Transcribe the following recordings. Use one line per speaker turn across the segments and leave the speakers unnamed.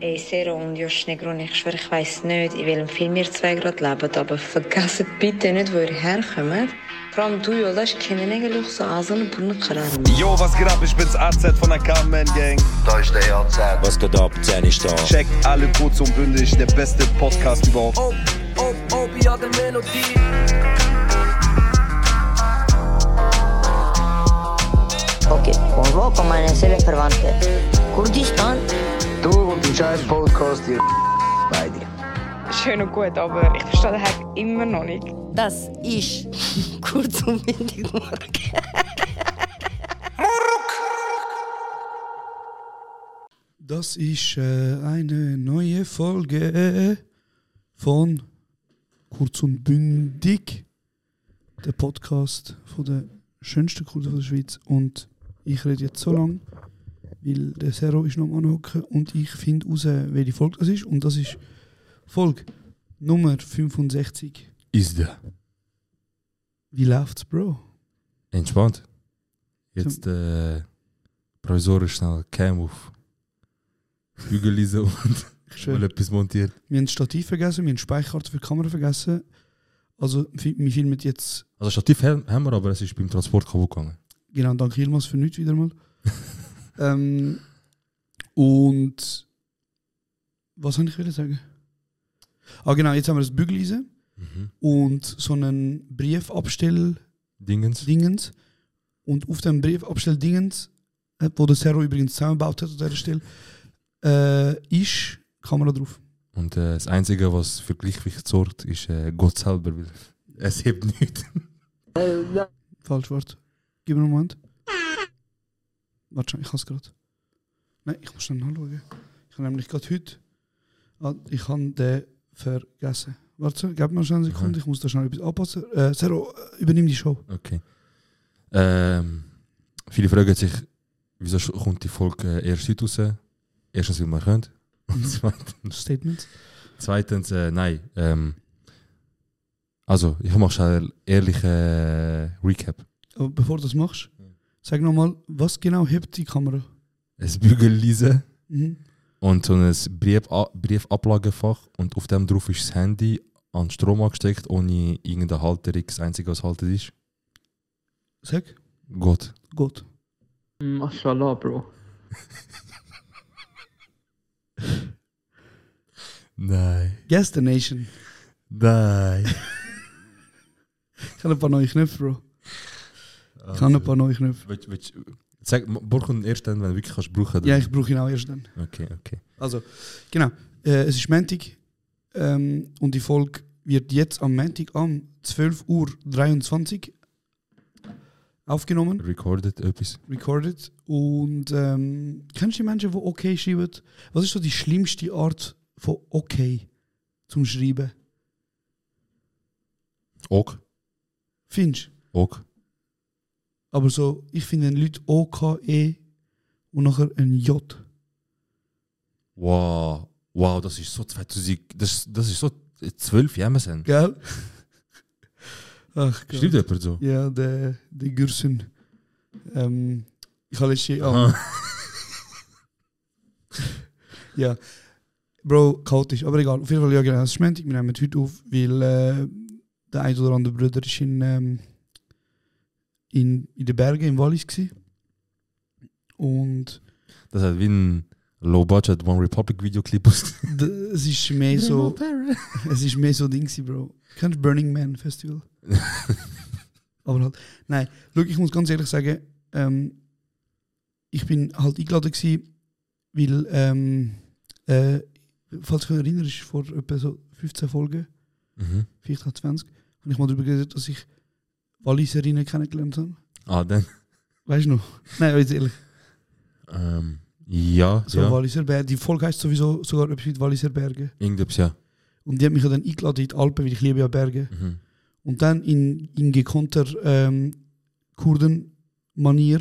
Ey, Sero und Joschnegrun, ich schwöre, ich weiss nicht, in welchem Film ihr zwei gerade lebt, aber vergesst bitte nicht, wo ihr herkommt. Vor allem du, Yoldaş, kendine gel yoksa ağzını burnunu kırarım.
Yo, was geht ab? Ich bin's AZ von der Carmen Gang.
Da ist der AZ.
Was geht ab? Zehn ist da.
Checkt alle kurz und bündig, der beste Podcast überhaupt.
Op, op, op, ja de melodie.
Ok, convoco amanecer fervante. Kurdistan
Du und die scheiß Podcast, ihr beide.
schön und gut, aber ich verstehe den Hack immer noch nicht.
Das ist kurz und bündig morgen.
Das ist äh, eine neue Folge von Kurz und Bündig, der Podcast von der schönsten Kurden von der Schweiz. Und ich rede jetzt so lang, weil der Sero ist noch am Anhocken und ich finde raus, welche Folge das ist. Und das ist Folge Nummer 65.
Ist der.
Wie läuft's, Bro?
Entspannt. Jetzt äh, provisorisch schnell Cam auf Hügelise und mal
Schön.
etwas montiert.
Wir haben das Stativ vergessen, wir haben die Speicherkarte für die Kamera vergessen. Also, fi- wir filmen jetzt
Also Stativ haben haben wir, aber es ist beim Transport kaputt gegangen.
Genau, danke Yilmaz für nichts wieder mal. ähm, und was soll ich wieder sagen? Ah genau, jetzt haben wir das Bügeleisen und so einen Briefabstell-Dingens.
Dingens.
Und auf dem Briefabstell-Dingens, äh, wo der Serro übrigens zusammengebaut hat an dieser Stelle, äh, ist Kamera drauf.
Und äh, das Einzige, was für Gleichgewicht sorgt, ist äh, Gott selber, weil es hebt nichts.
Falsch Wort. Gib mir einen Moment. Warte schon, ich hab's gerade. Nein, ich muss schnell nachschauen. Ich habe nämlich gerade heute. Ah, Ich habe den vergessen. Warte, schon, gib mir schon eine Sekunde, ich muss da schnell etwas anpassen. Äh, Zero, äh, übernimm die Show.
Okay. Ähm, viele fragen sich, wieso sch- kommt die Folge äh, erst heute raus? Erstens, weil man könnte. Und zweitens,
Statement.
zweitens äh, nein. Ähm, also, ich mache schnell ehrliche äh, Recap.
Aber bevor du das machst, sag nochmal, was genau hebt die Kamera?
Ein Bügel lesen
Mhm.
und so ein Brief Briefablagefach und auf dem drauf ist das Handy an Strom angesteckt, ohne irgendeine Halterung. Das Einzige, was haltet ist,
Sag,
Gott.
gut.
Mashallah, Bro.
Nein.
Guess the Nation.
Nein.
Ich habe ein paar neue Knöpfe, Bro. Ich habe ein paar neue Knöpfe.
Willst, willst, sag, Borg kommt erst dann, wenn du wirklich kannst brauchen.
Ja, ich brauche ihn auch erst dann.
Okay, okay.
Also, genau. Äh, es ist Montag ähm, und die Folge wird jetzt am Montag um 12.23 Uhr aufgenommen,
Recorded etwas.
recorded. Und ähm, kennst du die Menschen, die okay schreiben? Was ist so die schlimmste Art von okay zum Schreiben?
Ok.
Findest du?
Ok.
Aber so, ich finde wenn Leute OKE und nachher ein J.
Wow. Wow, das ist so 2000. Das, das ist so 12 Jämmersen. Ja.
Gell? Ach, Gott.
Schreibt jemand so?
genau. Ja, de, de Gürsen. oh, Ähm, ich habe letztens.
Aha.
ja. Bro, chaotisch, aber egal. Auf jeden Fall, ja, genau. Es ist Montag, wir nehmen heute auf, weil äh, der ein oder andere Bruder ist in, ähm, in, in den Bergen, im Wallis gsi Und
Das hat wie ein Low-Budget One Republic Videoclip aus.
d- es ist mehr so. Es ist mehr so Ding, gewesen, Bro. Kennst du Burning Man Festival? Aber halt, nein, schau, ich muss ganz ehrlich sagen, ähm, ich bin halt eingeladen gewesen, weil, ähm, äh, falls du dich erinnerst, vor etwa so 15 Folgen,
Mhm.
vielleicht auch 20, habe ich mal darüber geredet, dass ich Walliserinnen kennengelernt habe.
Ah, dann.
Weißt du noch? Nein, aber jetzt ehrlich.
Ähm, ja,
So
ja.
Walliser Berge. Die Folge heißt sowieso sogar etwas mit Walliser Berge.
Irgendetwas, ja.
Und die hat mich ja dann eingeladen in die Alpen, weil ich liebe ja Berge.
Mhm.
Und dann in, in gekonnter ähm, Kurden-Manier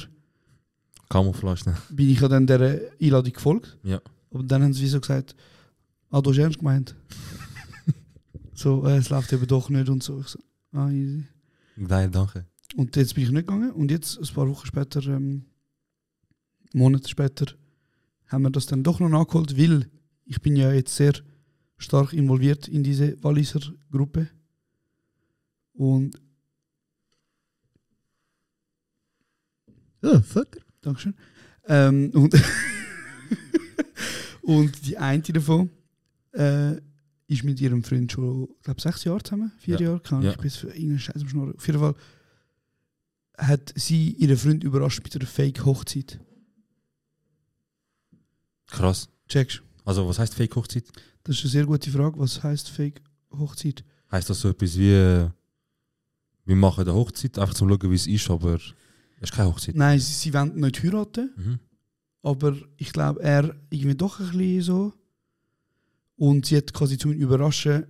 Camouflage, ne?
bin ich ja dann der äh, Einladung gefolgt.
Ja.
Aber dann haben sie wie so gesagt, ah, du hast ernst gemeint. so, äh, es läuft eben doch nicht und so. Ich so, ah, easy.
Nein, danke.
Und jetzt bin ich nicht gegangen und jetzt, ein paar Wochen später, ähm, Monate später, haben wir das dann doch noch nachgeholt, weil Ich bin ja jetzt sehr stark involviert in diese Walliser Gruppe. Und
Ah,
Oh, fuck.
Dankeschön. Ähm, und, und die eine davon äh, ist mit ihrem Freund schon, glaube sechs Jahre zusammen, vier
Ja.
Jahre, kann
Ja.
ich bis für irgendeinen Scheiß am Schnurren. Auf jeden Fall hat sie ihren Freund überrascht mit einer Fake-Hochzeit.
Krass.
Checkst
Also, was heißt Fake-Hochzeit?
Das ist eine sehr gute Frage. Was heißt Fake-Hochzeit?
Heißt das so etwas wie, äh, wir machen eine Hochzeit, einfach zum schauen, wie es ist, aber es ist keine Hochzeit.
Nein, sie, sie wollen nicht heiraten,
Mhm.
aber ich glaube, er irgendwie doch ein bisschen so. Und sie hat quasi zum Überraschen,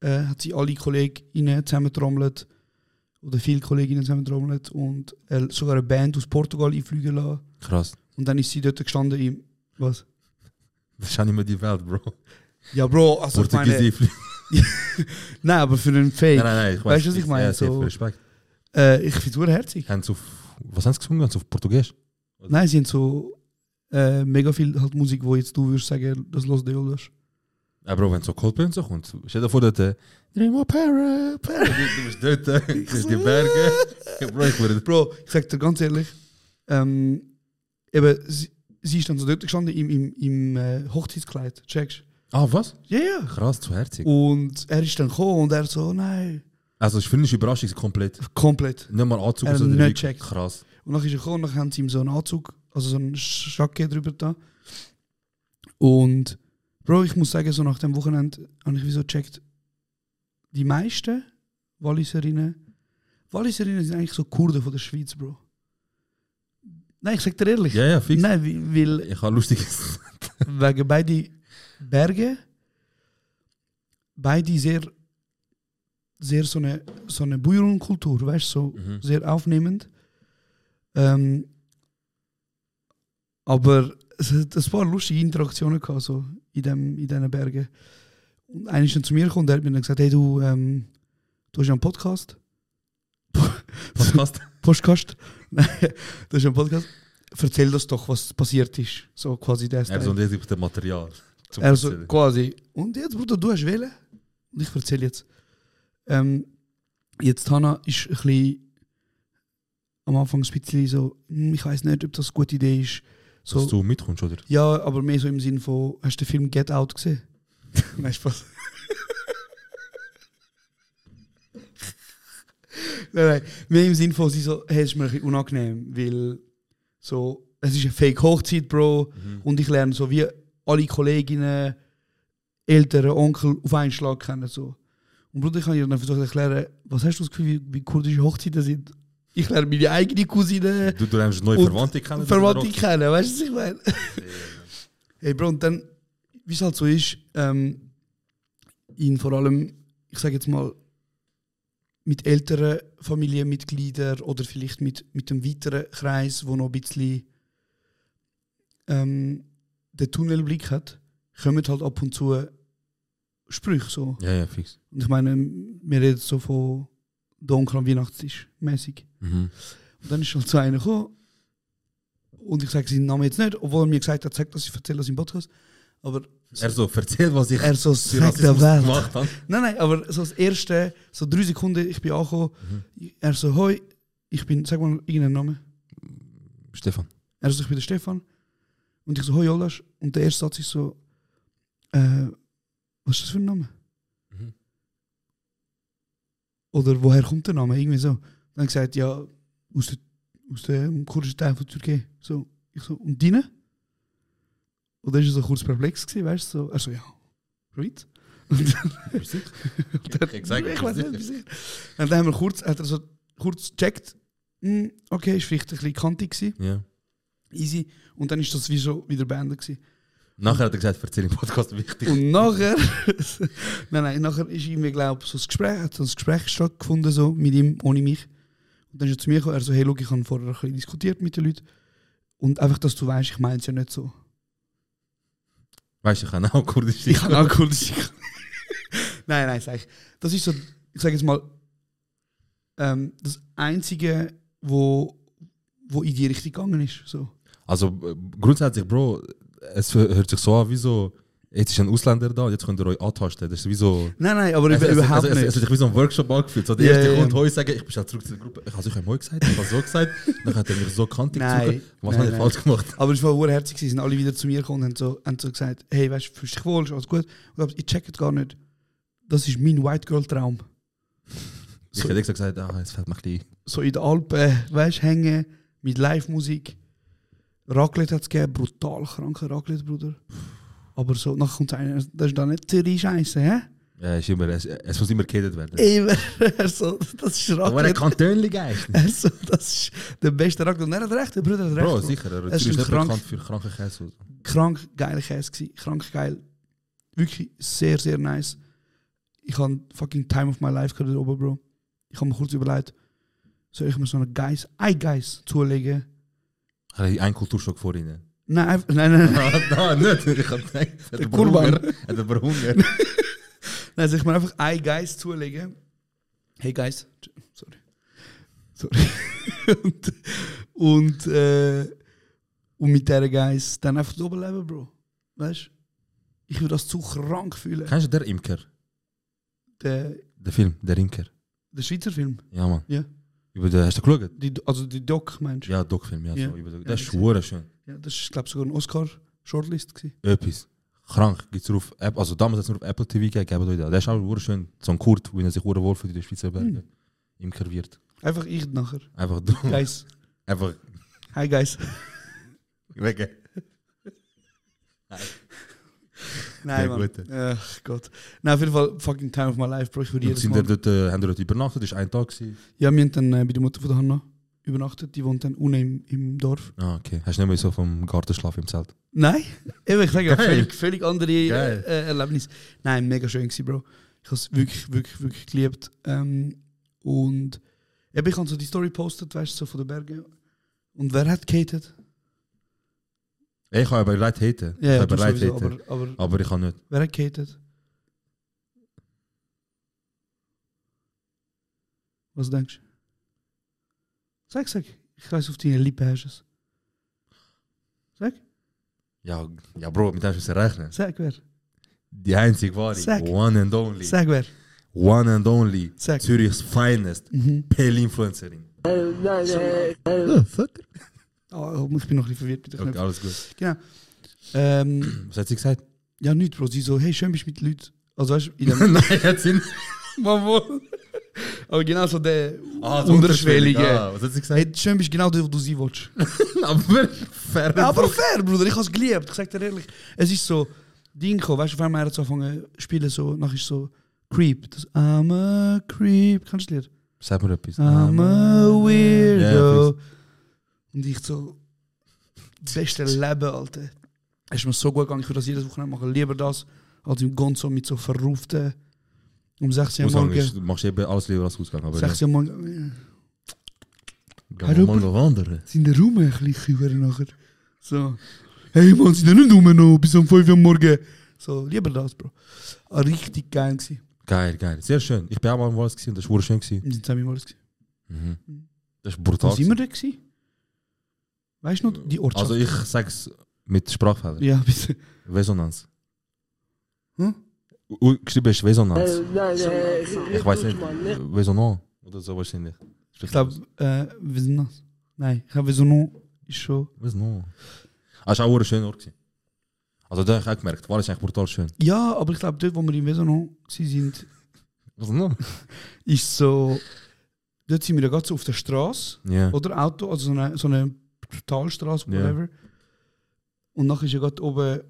äh, hat sie alle Kolleginnen zusammentrommelt oder viele Kolleginnen zusammentrommelt und äh, sogar eine Band aus Portugal einfliegen lassen.
Krass.
Und dann ist sie dort gestanden im. Was?
Das ist auch nicht mehr die Welt, Bro.
Ja, Bro, also ich
Portugiese
meine,
einfliegen.
Nein, aber für einen Fake.
Nein, nein, nein. Ich
weißt du, was ich
Ja,
meine?
safe,
So,
Respekt.
äh, ich finde es herzig.
Haben sie auf, was haben sie gesungen? Haben sie auf Portugiesisch?
Nein, sie haben so äh, mega viel halt Musik, wo jetzt du würdest sagen, das los du oder?
Ja, Bro, wenn so Coldplay und so kommt, stell dir vor, dort, äh, Dream of Para, Para. Du, du bist dort, äh, du siehst die Berge. Bro, ich würde...
Bro, ich sag dir ganz ehrlich, ähm, eben, sie, sie ist dann so dort gestanden im, im, im äh, Hochzeitskleid, checkst
Ah, was?
Ja, ja.
Krass, zu herzig.
Und er ist dann gekommen und er so, nein,
Also, ich finde es Überraschung komplett.
komplett.
Nicht mal Anzug
Er
oder so.
nicht
direkt.
checkt.
Krass.
Und dann ist er gekommen und dann haben sie ihm so einen Anzug, also so einen Schacke drüber da. Und Bro, ich muss sagen, so nach dem Wochenende habe ich wieso gecheckt, die meisten Walliserinnen, Walliserinnen sind eigentlich so Kurden von der Schweiz, Bro. Nein, ich sag dir ehrlich.
Ja, ja, fix.
Nein, wi- weil
Ich habe lustiges.
wegen beide Berge, beide sehr, sehr so eine, so eine Bäuerenkultur, weißt du, so
Mhm.
sehr aufnehmend. Ähm, aber es hat ein paar lustige Interaktionen gehabt, so in, dem, in diesen Bergen. Und einer ist dann zu mir gekommen und hat mir dann gesagt, hey du, ähm, du hast ja einen Podcast.
Podcast.
Podcast? Nein, du hast ja einen Podcast. Erzähl das doch, was passiert ist. So quasi der
Er
Style.
sondiert sich auf das Material. Zum
Also
Erzählen.
quasi. Und jetzt, Bruder, du hast wählen. Und ich erzähle jetzt. Ähm, jetzt, Hanna ist ein bisschen am Anfang ein bisschen so, «Hm, ich weiß nicht, ob das eine gute Idee ist. So,
Dass du mitkommst, oder?
ja, aber mehr so im Sinn von, hast du den Film Get Out gesehen? Nein, Spaß. nein, nein. Mehr im Sinn von, sie so, hey, es ist mir ein bisschen unangenehm, weil so, es ist eine Fake-Hochzeit, Bro.
Mhm.
Und ich lerne so wie alle Kolleginnen, Eltern, Onkel auf einen Schlag kennen. So. Und Bruder, ich habe ihr dann versucht zu erklären, was hast du das Gefühl, wie, wie kurdische Hochzeiten sind? Ich lerne meine eigene Cousine.
Du, du lernst neue
Und
Verwandte kennen.
Verwandte
oder?
kennen, weißt du, was ich meine? hey, Bro, und dann, wie es halt so ist, ähm, in vor allem, ich sage jetzt mal, mit älteren Familienmitgliedern oder vielleicht mit, mit einem weiteren Kreis, wo noch ein bisschen ähm, den Tunnelblick hat, kommen halt ab und zu Sprüche so.
Ja, ja, fix.
Und ich meine, wir reden so von der Onkel am Weihnachtstisch mäßig.
Mhm.
Und dann ist schon zu einer gekommen. Und ich sage seinen Namen jetzt nicht, obwohl er mir gesagt hat, sag das, ich erzähle das im Podcast. Aber
Er so, erzähl, was ich
er so,
für
sag der
Rassismus
Welt.
gemacht habe.
Nein, nein, aber so das erste, so drei Sekunden, ich bin angekommen.
Mhm.
Er so, hoi, ich bin, sag mal irgendeinen Namen.
Stefan.
Er so, ich bin der Stefan. Und ich so, hoi Olasch. Und der erste Satz ist so, äh, was ist das für ein Name?
Mhm.
Oder woher kommt der Name? Irgendwie so. Dann gesagt, ja, aus, der, aus dem kurdischen Teil von Türkei. So, ich so, und deine? Und dann war er so kurz perplex, gewesen, weißt du? So, er so, ja, right? Und dann,
Bist du sicher?
dann,
Ich sag,
ich
bist
weiß
du
nicht,
sicher?
wie sehr. Und dann haben wir kurz, hat er so kurz gecheckt, hm, okay, ist vielleicht ein bisschen kantig gewesen,
Ja.
easy. Und dann ist das wie so wieder beendet gewesen.
Nachher hat er gesagt, erzähl im Podcast wichtig.
Und nachher, nein, nein, nachher ist irgendwie, glaube so ein Gespräch, hat so ein Gespräch stattgefunden, so mit ihm, ohne mich. Und dann ist er zu mir gekommen, er so, hey, schau, ich habe vorher ein bisschen diskutiert mit den Leuten. Und einfach, dass du weißt, ich meine es ja nicht so.
Weißt du, ich kann auch Kurdisch
Ich habe auch kurz. nein, nein, sag ich. Das ist so, ich sage jetzt mal, ähm, das Einzige, wo, wo in die Richtung gegangen ist. So.
Also äh, grundsätzlich, Bro, es hört sich so an wie so Jetzt ist ein Ausländer da, jetzt könnt ihr euch antasten. Das ist wie so.
Nein, nein, aber also, ich
es,
will
es,
überhaupt
es, es, es,
nicht.
hat sich wie so ein Workshop angefühlt. So, der
Ja,
erste
ja,
kommt
ja.
Heu sagen, ich bin schnell zurück zur Gruppe. Ich habe euch einmal gesagt, ich habe so gesagt. Dann hat er mich so kantig
Nein.
gezogen. Was
nein,
habe ich
nein.
falsch gemacht?
Aber es war wohl herzig, sie sind alle wieder zu mir gekommen und haben so, haben so gesagt: Hey, weißt du, fühlst dich wohl, ist alles gut. Und ich, ich check es gar nicht. Das ist mein White Girl-Traum.
Ich hätte extra gesagt, ah, es fällt mir ein bisschen.
so in den Alpen, weißt, hängen mit Live-Musik. Raclette hat es gegeben, brutal kranker Raclette, Bruder. Aber so, nachher kommt einer, das ist doch nicht Zürich-Scheiße, hä?
Ja, ist immer, es, es muss immer geredet werden.
Immer, er so, das ist
Aber ein
Raclette.
Kantönligeist.
Er so, das ist der beste Raclette. Und er hat recht, der Bruder hat recht.
Bro,
Bro.
sicher. Er
Es
ist
ist
nicht
krank.
bekannt für kranke Käse.
Krank geiler Käse gewesen, krank geil. Wirklich sehr, sehr nice. Ich habe fucking Time of my Life gerade oben, Bro. Ich habe mir kurz überlegt, soll ich mir so einen Geiss, ein Geiss zulegen?
Ich habe einen Kulturschock vor ihnen.
Nein, einfach- nein, nein, nein. Nou,
Nein, nicht. Ich habe gedacht,
Der
der
Kurban.
Hunger. Hat aber Hunger.
Nein, soll ich mir einfach einen Geist zulegen? Hey Geist. Sorry. Sorry. und und, äh, und mit dieser Geist dann einfach oben leben, Bro. Weißt du? Ich würde das zu krank fühlen.
Kennst du den Imker?
Der,
Der Film, der Imker.
der Schweizer Film.
Ja, Mann.
Ja.
Über den, hast du geschaut?
Die, also die Doc, meinst du?
Ja, Doc-Film, ja.
Ja.
So, über den,
Ja,
das
ich
ist schwer schön.
Ja. das ist, glaube ich, sogar ein Oscar-Shortlist. gewesen.
Etwas. Krank. Gibt's nur auf App, also damals hat es nur auf Apple TV gegeben, geben euch das. Der ist auch schwer schön. So ein Kurt, wie er sich wohl für die Schweizer Berge.
Hmm.
Imker wird.
Einfach ich nachher.
Einfach du.
Geist.
Einfach
Hi, Geist.
weg.
Nein,
Der
Mann.
Gute.
Ach Gott. Nein, auf jeden Fall, fucking time of my life, Bro. Ich würde
Und
jedes
sind
Mal...
wir dort, äh, haben wir dort übernachtet, das war ein Tag. Gewesen.
Ja, wir haben dann äh, bei der Mutter von der Hanna übernachtet. Die wohnt dann unten im, im Dorf.
Ah, okay. Hast du nicht mehr so vom Gartenschlaf im Zelt?
Nein, eben, ich sage,
Geil.
völlig, völlig andere äh,
Geil.
äh, Erlebnis. Nein, mega schön gewesen, Bro. Ich habe es wirklich, wirklich, wirklich geliebt. Ähm, und eben, ich habe so die Story gepostet, weißt du, so von den Bergen. Und wer hat gehatet?
Ey, Ich habe aber leid haten.
Ja,
ich
ja,
habe
du
leid
sowieso,
haten.
aber, aber
Aber ich kann nicht.
wer hat gehatet? Was denkst du? Sag, sag. Ich weiß, auf deine Lippen hast du es. Sag,
Ja, ja Bro, mit dem müssen wir rechnen.
sag wer.
Die einzige wahre.
Sag.
One and only.
Sag wer.
One and only.
Sag.
Zürichs finest.
Mhm.
Pell-Influencerin.
Oh, fucker.
Oh, ich bin noch ein bisschen verwirrt mit den
Okay,
Knöpfen.
alles gut.
Ähm,
Was hat sie gesagt?
ja, nichts, Bro. Sie so, hey, schön bist du mit Leuten. Also, weißt du, in dem
Nein, hat sie nicht.
Mama. Aber genau so der
Ah, das
Unterschwellige.
Ah, was hat sie gesagt?
Hey, schön bist du genau der, wo du sein willst.
aber fair.
Ja, aber
Bro.
fair, Bruder. Ich habe es geliebt. Ich sag dir ehrlich. Es ist so, Ding gekommen, weißt du, auf einmal hat es angefangen zu spielen, so, nachher ist so, Creep. Das I'm a Creep. Kannst du das Lied?
Sag mir etwas.
I'm a
Ja,
Weirdo. Und ich so, das beste Leben, Alter. Es ist mir so gut gegangen, ich würde das jedes Wochenende machen. Lieber das, als im Gonzo mit so verruften, um 16 Uhr
Ausgang
morgen.
ist, du machst eben alles lieber als Ausgang. Aber ja.
16 Uhr morgen.
Gehen wir mal noch wandern.
Sind der Raum ein bisschen kühler nachher? So. Hey Mann, sind da nicht rum noch bis um 5 Uhr morgen? So, lieber das, Bro. Ah, Richtig geil gewesen.
Geil, geil. Sehr schön. Ich bin auch mal im Wald gewesen, das war schön. Gewesen.
Wir sind zusammen im Wald gewesen.
Mhm. Das ist
Wo
brutal.
sind wir denn gewesen? Weißt du noch, die Ortschaft?
Also ich sag's mit Sprachfehler.
ja, bitte.
Resonanz.
Hm?
U geschrieben ist Resonanz. Ich weiß nicht. Resonanz oder so wahrscheinlich.
Ich glaube, äh, wir sind das. Nein, ich habe so noch ist schon.
Resonanz. Ah, ist auch ein schöner Ort gewesen. Also da habe ich auch gemerkt, war ist eigentlich brutal schön.
Ja, aber ich glaube, dort, wo wir in Wesono sind,
Resonanz?
ist so. Dort sind wir ja gerade so auf der Straße
Ja.
oder Auto, also so eine, so eine Talstraße,
Ja.
whatever. Und nachher ist ja gerade oben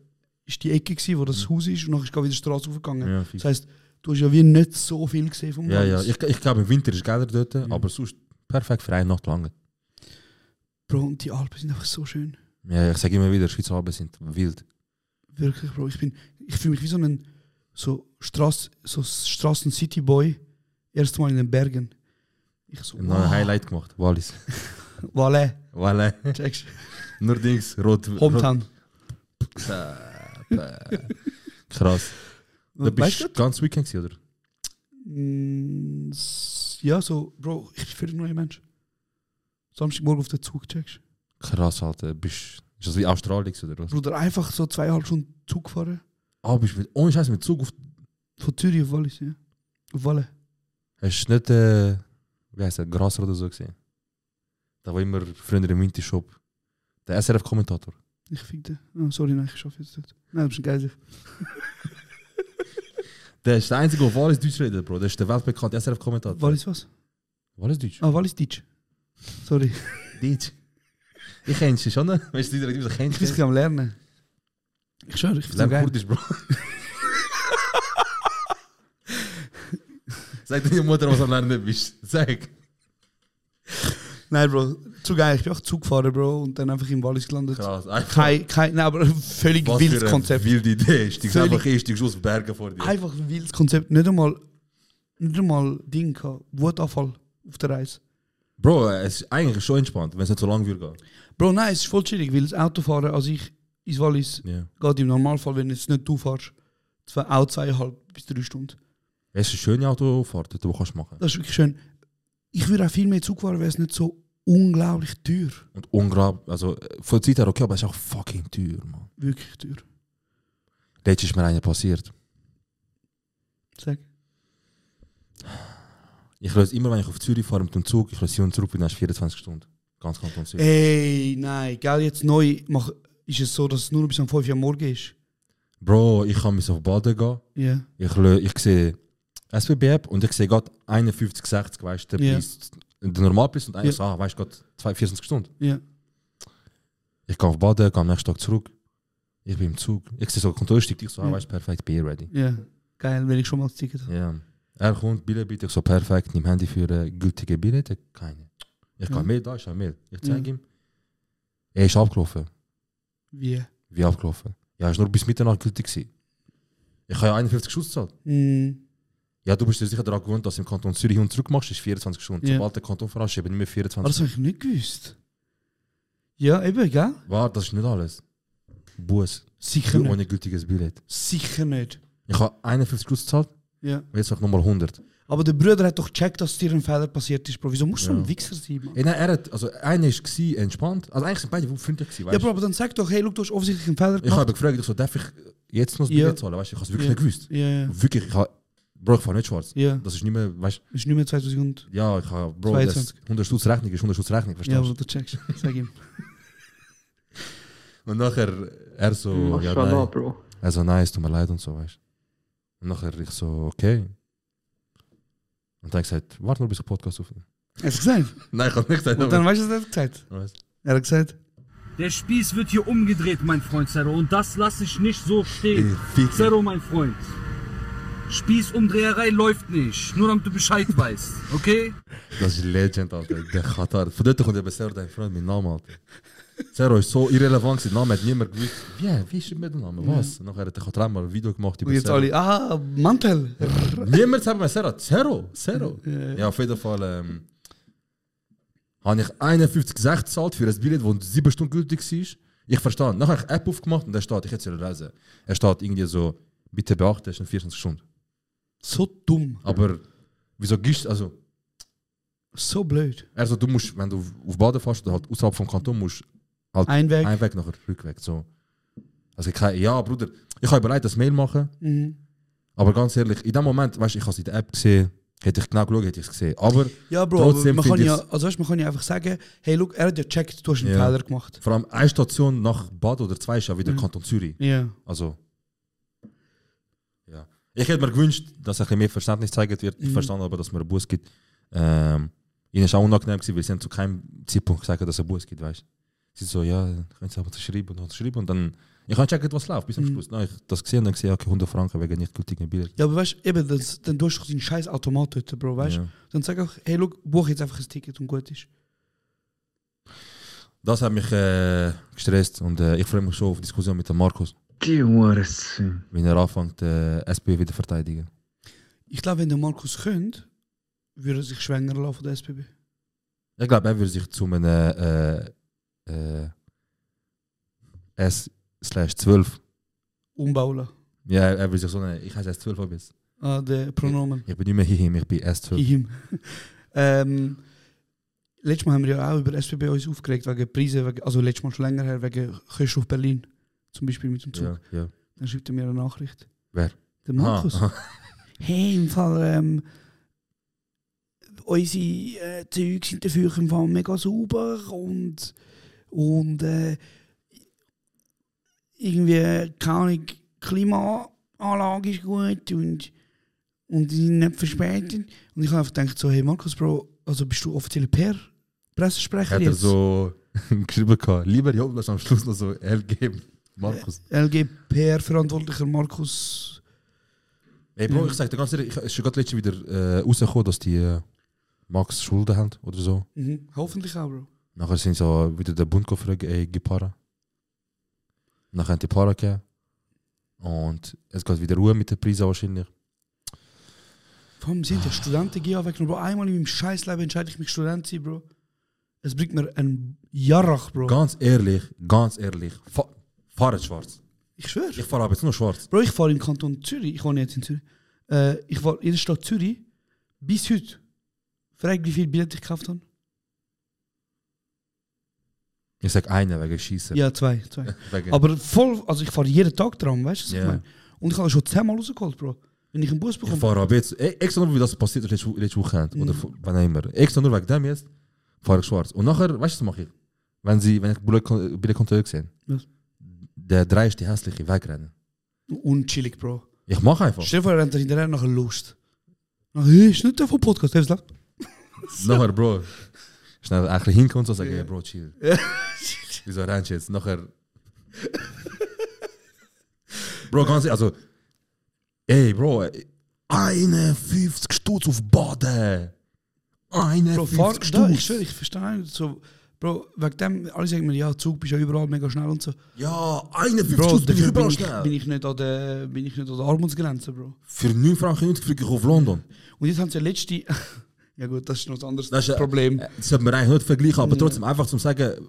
ist die Ecke, gewesen, wo das Haus ist, und nachher ist gerade wieder die Straße aufgegangen.
Ja, fix.
Das heisst, du hast ja wie nicht so viel gesehen vom
Ja, ja.
Haus.
Ich, ich glaube, im Winter ist geiler dort, aber sonst perfekt für eine Nacht lang.
Bro, und die Alpen sind einfach so schön.
Ja, ich sage immer wieder, Schweizer Alben sind wild.
Wirklich, Bro. Ich, bin- ich fühle mich wie so ein so Straß, so Straßen-City-Boy. Erstmal in den Bergen. Ich so,
Ein neues
wow.
Highlight gemacht, Wallis.
Voilà.
Voilà.
Checkst
Nur Dings, rot. rot-
Hometown.
Krass. Da
Und
bist
weißt
du ganz Weekend gewesen, oder?
du? mm, s- Ja, so, Bro, ich bin völlig neuer Mensch. Samstagmorgen auf den Zug, checkst
eh, Dus Krass, Alter. Bist, ist das wie Australien gewesen, oder was? Ah,
Bruder, einfach so zweieinhalb Stunden Zug fahren.
Aber ich bin ohne Scheiß mit Zug auf.
Von Zürich auf Wallis, ja. Auf Wallen.
Hast du nicht, äh, wie heißt der, Grasser oder so gesehen? Da war immer früher im Minti-Shop. Der SRF-Kommentator.
Ich fick den. Oh, sorry, nein, ich schaffe jetzt nicht. Nein, du bist ein Geiser.
Der ist der Einzige, der Wallis Deutsch redet, Bro. Der ist der weltbekannte SRF-Kommentator.
Wallis was?
Wallis Deutsch.
Ah, Wallis Deutsch. Sorry.
Deutsch. Ich kennst dich schon, ne? Weißt du, die direkt
Ich bin
kennst
gerade am Lernen. Ich schwöre, ich find's
Lern
auch geil.
Kurdisch, Bro. Sag deiner Mutter, was am Lernen bist. Sag.
Nein, Bro, zu geil. Ich bin auch Zug gefahren, Bro, und dann einfach im Wallis gelandet.
Krass. Einfach,
Kein, kein, nein, aber völlig
was
wildes
für eine
Konzept.
wilde Idee. Steigst
Völlig-
einfach ein, steigst aus den Bergen vor dir.
Einfach ein wildes Konzept. Nicht einmal, nicht einmal Ding gehabt. Wutanfall auf der Reise.
Bro, es ist eigentlich schon entspannt, wenn es nicht so lang würde gehen.
Bro, nein, es ist voll chillig, weil das Autofahren, als ich ins Wallis,
Ja.
geht im Normalfall, wenn jetzt nicht du fährst, zwei, auch zweieinhalb bis drei Stunden.
Es ist eine schöne Autofahrt, die du kannst machen.
Das ist wirklich schön. Ich würde auch viel mehr Zug fahren, wäre es nicht so unglaublich teuer.
Und ungrab, also äh, von der Zeit her okay, aber es ist auch fucking teuer, man.
Wirklich teuer.
Letztes ist mir einer passiert.
Sag.
Ich löse immer, wenn ich auf Zürich fahre mit dem Zug, ich löse hier und zurück bin erst 24 Stunden. Ganz Kanton Zürich.
Ey, nein, gell, jetzt neu mach, ist es so, dass es nur bis um 5 Uhr am Morgen ist.
Bro, ich kann mich auf Baden gehen.
Ja.
Ich, lö- ich sehe SBB-App und ich sehe gerade 51, 60, weißt du, der
Ja.
Preis, der Normalpreis und
Ja.
eigentlich, ah, weißt du, gerade 2 24 Stunden.
Ja.
Ich gehe auf Baden, gehe am nächsten Tag zurück. Ich bin im Zug. Ich sehe so Kontrolle, ich so, ah,
Ja.
weißt du, perfekt, Bier ready.
Ja. Geil, wenn ich schon mal das Ticket habe.
Ja. Er kommt, Billet bitte, ich so perfekt, nimm Handy für äh, gültige Billette, keine. Ich
Ja.
kann Mail, da ist ein Mail. Ich
Ja.
zeige ihm. Er ist abgelaufen.
Wie?
Wie abgelaufen? Ja, ist nur bis Mitternacht gültig gewesen. Ich habe ja 51 Schuss gezahlt.
Mm,
Ja, du bist dir sicher daran gewohnt, dass im Kanton Zürich hin und zurück machst, ist 24 Stunden.
Ja. Also
Sobald der Kanton verrascht, eben nicht mehr
aber
24
das habe ich nicht gewusst. Ja, eben, gell?
Warte, das ist nicht alles. Bus.
Sicher
Für
nicht.
ohne gültiges Billett.
Sicher nicht.
Ich habe 51 Schuss gezahlt
Ja.
und jetzt habe ich nochmal 100.
Aber der Bruder hat doch gecheckt, dass dir ein Fehler passiert ist, Bro. Wieso musst du
Ja.
ein Wichser sein, Mann?
Ey, nein, er hat, also einer war entspannt, also eigentlich sind beide freundlich
Ja,
gewesen, weißt du?
Bro, aber dann sag doch, hey, look, du hast offensichtlich einen Fehler
Ich
gemacht.
habe gefragt, ich so, darf ich jetzt noch das
Ja.
Billett zahlen? Weißt, du, ich habe es wirklich
Ja.
nicht gewusst.
Ja, ja.
Wirklich, ich habe, Bro, ich fahre nicht schwarz.
Ja.
Das ist nicht mehr, weißt du,
Ist nicht mehr 2000 und...
ja, ich habe, Bro, das
22.
100 Stutz Rechnung ist 100 Stutz Rechnung, verstehst
Ja,
du?
Bro, du checkst. Sag ihm.
Und nachher, er so, ja,
Mashallah,
nein.
Bro.
Er so, nein, es tut mir leid und so, weißt du. Und nachher, ich so, okay. Und dann hab ich gesagt, warte nur, bis ich Podcast aufnehme.
Hast du gesagt?
Nein, ich habe nicht gesagt,
Und dann weißt du, was er hat gesagt?
Was?
Er hat gesagt,
Der Spieß wird hier umgedreht, mein Freund Zero. Und das lasse ich nicht so stehen.
Ey, Ficker.
Zero, mein Freund. Spießumdreherei läuft nicht. Nur damit du Bescheid weißt. Okay?
Das ist Legend, Alter. Der Katar. Von dort kommt eben Serro, dein Freund, mein Name, Alter. Serro ist so irrelevant, sein Name hat niemand gewusst. Wie, wie ist er mit dem Namen? Was? Nachher hat der Katar mal ein Video gemacht
und jetzt alle, ah, Mantel.
Niemand sagt mir Serro. Serro, Serro. Ja, auf jeden Fall ähm, habe ich 51 Cent gezahlt für ein Billett, das 7 Stunden gültig war. Ich verstehe. Nachher habe ich App aufgemacht und da steht, ich hätte reisen. Er steht irgendwie so, bitte beachte, es sind 24 Stunden.
So dumm.
Aber wieso gibst also
So blöd.
Also du musst, wenn du auf Baden fährst oder halt außerhalb vom Kanton musst, halt
Einweg.
Einweg nachher rückweg. So. Also kein, ja, Bruder, ich habe bereit das Mail machen,
Mhm.
aber ganz ehrlich, in dem Moment, weißt du, ich habe es in der App gesehen, hätte ich genau geschaut, hätte ich es gesehen. Aber
Ja, Bro,
trotzdem
aber man, kann
finde
ja,
ich's-
also weißt, man kann ja einfach sagen, hey, look, er hat ja gecheckt, du hast einen
Ja.
Fehler gemacht.
vor allem eine Station nach Baden oder zwei ist ja wieder
Ja.
Kanton Zürich.
Ja.
Also, ja. Ich hätte mir gewünscht, dass ein bisschen mehr Verständnis gezeigt wird. Ich
Mhm.
verstand aber, dass es mir einen Bus gibt. Ähm, ihnen ist auch unangenehm gewesen, weil sie haben zu keinem Zeitpunkt gesagt, dass es einen Bus gibt, weißt du. Sie so, ja, können Sie aber schreiben und schreiben und dann, ich habe checken, was läuft bis zum
Mhm.
Schluss. Nein, ich hab das gesehen und dann gesehen, okay, 100 Franken wegen nicht gültigen Billett.
Ja, aber weißt du, eben, das, dann tust du doch deinen scheiß Automat dort, Bro, weißt du?
Ja.
Dann sag auch, hey, look, buch jetzt einfach ein Ticket und gut ist.
Das hat mich äh, gestresst und äh, ich freue mich schon auf die Diskussion mit dem Markus,
Die Uhrensohn.
wenn er anfängt, äh, SP wieder verteidigen.
Ich glaube, wenn der Markus könnte, würde er sich schwänger lassen von der SPB.
Ich glaube, er würde sich zu einem äh, äh, S/12
Umbauen lassen.
Ja, er würde sich so nennen. Ich heiße S12 ab jetzt.
Ah, der Pronomen.
Ich bin nicht mehr Hihim, ich bin S12.
Ihm. ähm, letztes Mal haben wir ja auch über SPB uns aufgeregt, wegen Preise, wegen, also letztes Mal schon länger her, wegen Köst auf Berlin, zum Beispiel mit dem Zug.
Ja, ja.
Dann schreibt er mir eine Nachricht.
Wer?
Der Markus.
Ah.
Hey, im Fall, ähm, unsere äh, Züge sind dafür im Fall mega sauber und, und äh, irgendwie, äh, keine Ahnung, Klimaanlage ist gut und, und die sind nicht verspätet. Und ich habe einfach gedacht, so, hey Markus, Bro, also bist du offizieller PR-Pressesprecher
Hat er
jetzt?
so geschrieben gehabt. Lieber Job, lass am Schluss noch so L geben. Markus.
LG PR-Verantwortlicher Markus.
Ey,
Äh, Ja.
Bro, ich sag dir ganz ehrlich, ich ist schon gerade letztens wieder äh, rausgekommen, dass die äh, Max Schulden haben oder so.
Mhm. Hoffentlich auch, Bro.
Nachher sind sie auch wieder den Bund gefragt, ey, gib Para. Nachher haben die Para gegeben. Und es geht wieder Ruhe mit den Preisen wahrscheinlich.
Vor allem sind ja Studenten gehen weg. Bro, einmal in meinem Scheißleben entscheide ich mich, Student zu sein, Bro. Es bringt mir einen Jarrach, Bro.
Ganz ehrlich, ganz ehrlich, fa fahr jetzt schwarz.
Ich schwöre.
Ich fahre aber jetzt nur schwarz.
Bro, ich fahre im Kanton Zürich. Ich wohne jetzt in Zürich. Äh, ich fahre in der Stadt Zürich. Bis heute. Frag, wie viele Bilder ich gekauft habe.
Ich sag einen wegen Schießen.
Ja, zwei. zwei.
Wegen-
Aber voll, also ich fahre jeden Tag dran, weißt du, was
Ja.
ich meine? Und ich habe schon zehnmal rausgeholt, Bro. Wenn ich einen Bus
Ich
bekomme.
fahre ab jetzt, ey, extra nur, wie das passiert ist letzte, letzte Woche halt, oder
Mhm.
vor- wann auch immer. Extra nur wegen dem jetzt, fahre ich schwarz. Und nachher, weißt du, was mache ich? Wenn, sie, wenn ich Billetkontrolle sehe,
Was?
der drei ist die hässliche, wegrennen.
Unchillig, Bro.
Ich mache einfach.
Stell dir vor, er rennt da hinterher nach Lust. Nach, hey, ist nicht der vom Podcast, der ist lang.
Nachher, Bro, schnell eigentlich hinkommen und so sagen,
Ja.
ey, Bro, chill.
Ja.
Wieso rennst du jetzt? Nachher. Bro, ganz ehrlich, also, ey, Bro, 51 Stutz auf Baden.
Bro, fahr,
51
da, ich
Stutz.
schwöre, ich verstehe nicht. So, Bro, wegen dem, alle sagen mir, ja, Zug bist ja überall mega schnell und so.
Ja, 51
Bro,
Stutz, bin ich
dafür bin
überall
ich,
schnell.
bin ich nicht an der, bin ich nicht an der Armutsgrenze, Bro.
Für 9 Franken 90 fliege ich auf London.
Und jetzt haben sie letzte. ja gut, das ist noch ein anderes
Das ist, äh,
Problem.
Das sollte man eigentlich nicht vergleichen, aber
Ja.
trotzdem einfach zum sagen,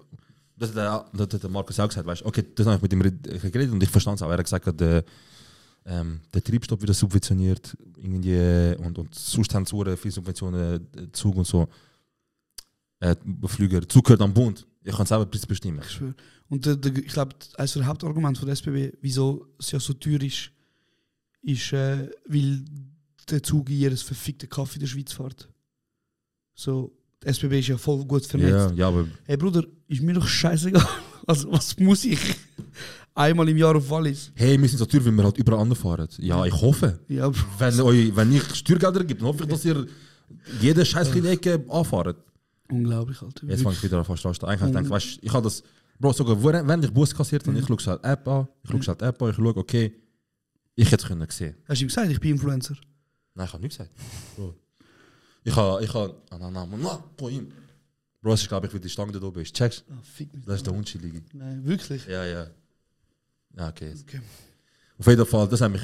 das hat, der, das hat der Markus auch gesagt, weißt du, okay, das habe ich mit ihm red- geredet und ich verstand es auch. Er hat gesagt, der, ähm, der Triebstoff wird subventioniert irgendwie äh, und, und sonst haben sie hure viele Subventionen, äh, Zug und so. Äh, Flüger, Zug gehört am Bund. Ich kann selber den Preis bestimmen.
Ich schwöre. Und der, der, ich glaube, eines der Hauptargumente von der SBB, wieso es ja so teuer ist, ist, äh, weil der Zug in jedes verfickte Kaffee in der Schweiz fährt. So, die SBB ist ja voll gut vernetzt.
Ja, ja, aber
Hey Bruder, ist mir doch scheißegal. Also, was muss ich? Einmal im Jahr auf Wallis.
hey, wir sind so teuer, weil wir halt überall anfahren. Ja, ich hoffe.
Ja, Bro.
Wenn, euch, wenn ich Steuergelder gibt, dann hoffe ich, dass ihr jede scheiß kleine Ecke anfahrt.
Unglaublich, Alter.
Jetzt fange ich wieder an fast an. Eigentlich habe ich
Mhm.
gedacht, weißt, ich habe das, Bro, sogar, wo- wenn ich Bus kassiert habe, ich schaue halt die App an, ich schaue halt die App an, ich schaue, okay, ich hätte es können sehen.
Hast du ihm gesagt, ich bin Influencer?
Nein, ich habe nichts gesagt. Bro. Ich habe, ich habe, ah, nein, nein, Mann, nein, von ihm. Bro, es ist, glaube ich, wie die Stange da oben ist. Checkst
Ah, fick mich
Das ist der Unschuldige.
Nein, wirklich?
Ja, ja. Ja, okay. jetzt.
Okay.
Auf jeden Fall, das hat mich,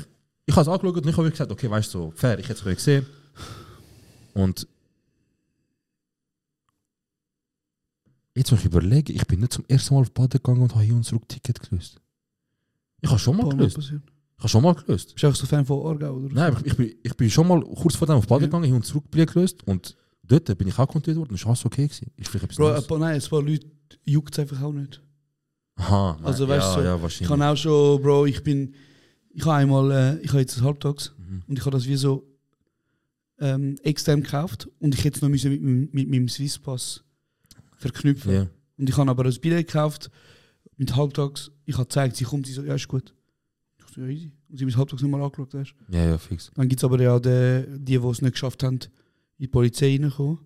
ich habe es angeschaut und ich habe gesagt, okay, weißt du, so, fair, ich hätte es können sehen. Und Jetzt muss ich überlegen, ich bin nicht zum ersten Mal auf Baden gegangen und habe hier und zurück Ticket gelöst. Ich habe schon mal
Paar Mal
gelöst.
passiert.
Ich habe schon mal gelöst.
Bist du auch so Fan von Orga, oder?
Nein, aber ich, ich, bin, ich bin schon mal kurz vor dem auf Baden gegangen, hier und zurück Billet gelöst und dort bin ich auch kontaktiert worden. Das war alles okay. Gewesen. Ist vielleicht etwas
Bro, äh, eh, ein
Neues.
paar, nein, ein paar Leute juckt es einfach auch nicht.
Aha, nein,
Also weißt
ja,
du, so,
ja,
ich
wahrscheinlich.
kann auch schon, Bro, ich bin, ich habe einmal, äh, ich habe jetzt ein Halbtags und ich habe das wie so ähm, extern gekauft und ich hätte es noch müssen mit, meinem- mit meinem Swisspass verknüpfen.
Ja.
Und ich habe aber ein Billett gekauft mit Halbtags. Ich habe gezeigt, sie kommt, sie so, ja ist gut. Ich so, ja easy. Und sie haben das Halbtags nochmal angeschaut, weißt du.
Ja, ja, fix.
Dann gibt es aber ja die, die die es nicht geschafft haben, in die Polizei reinkommen.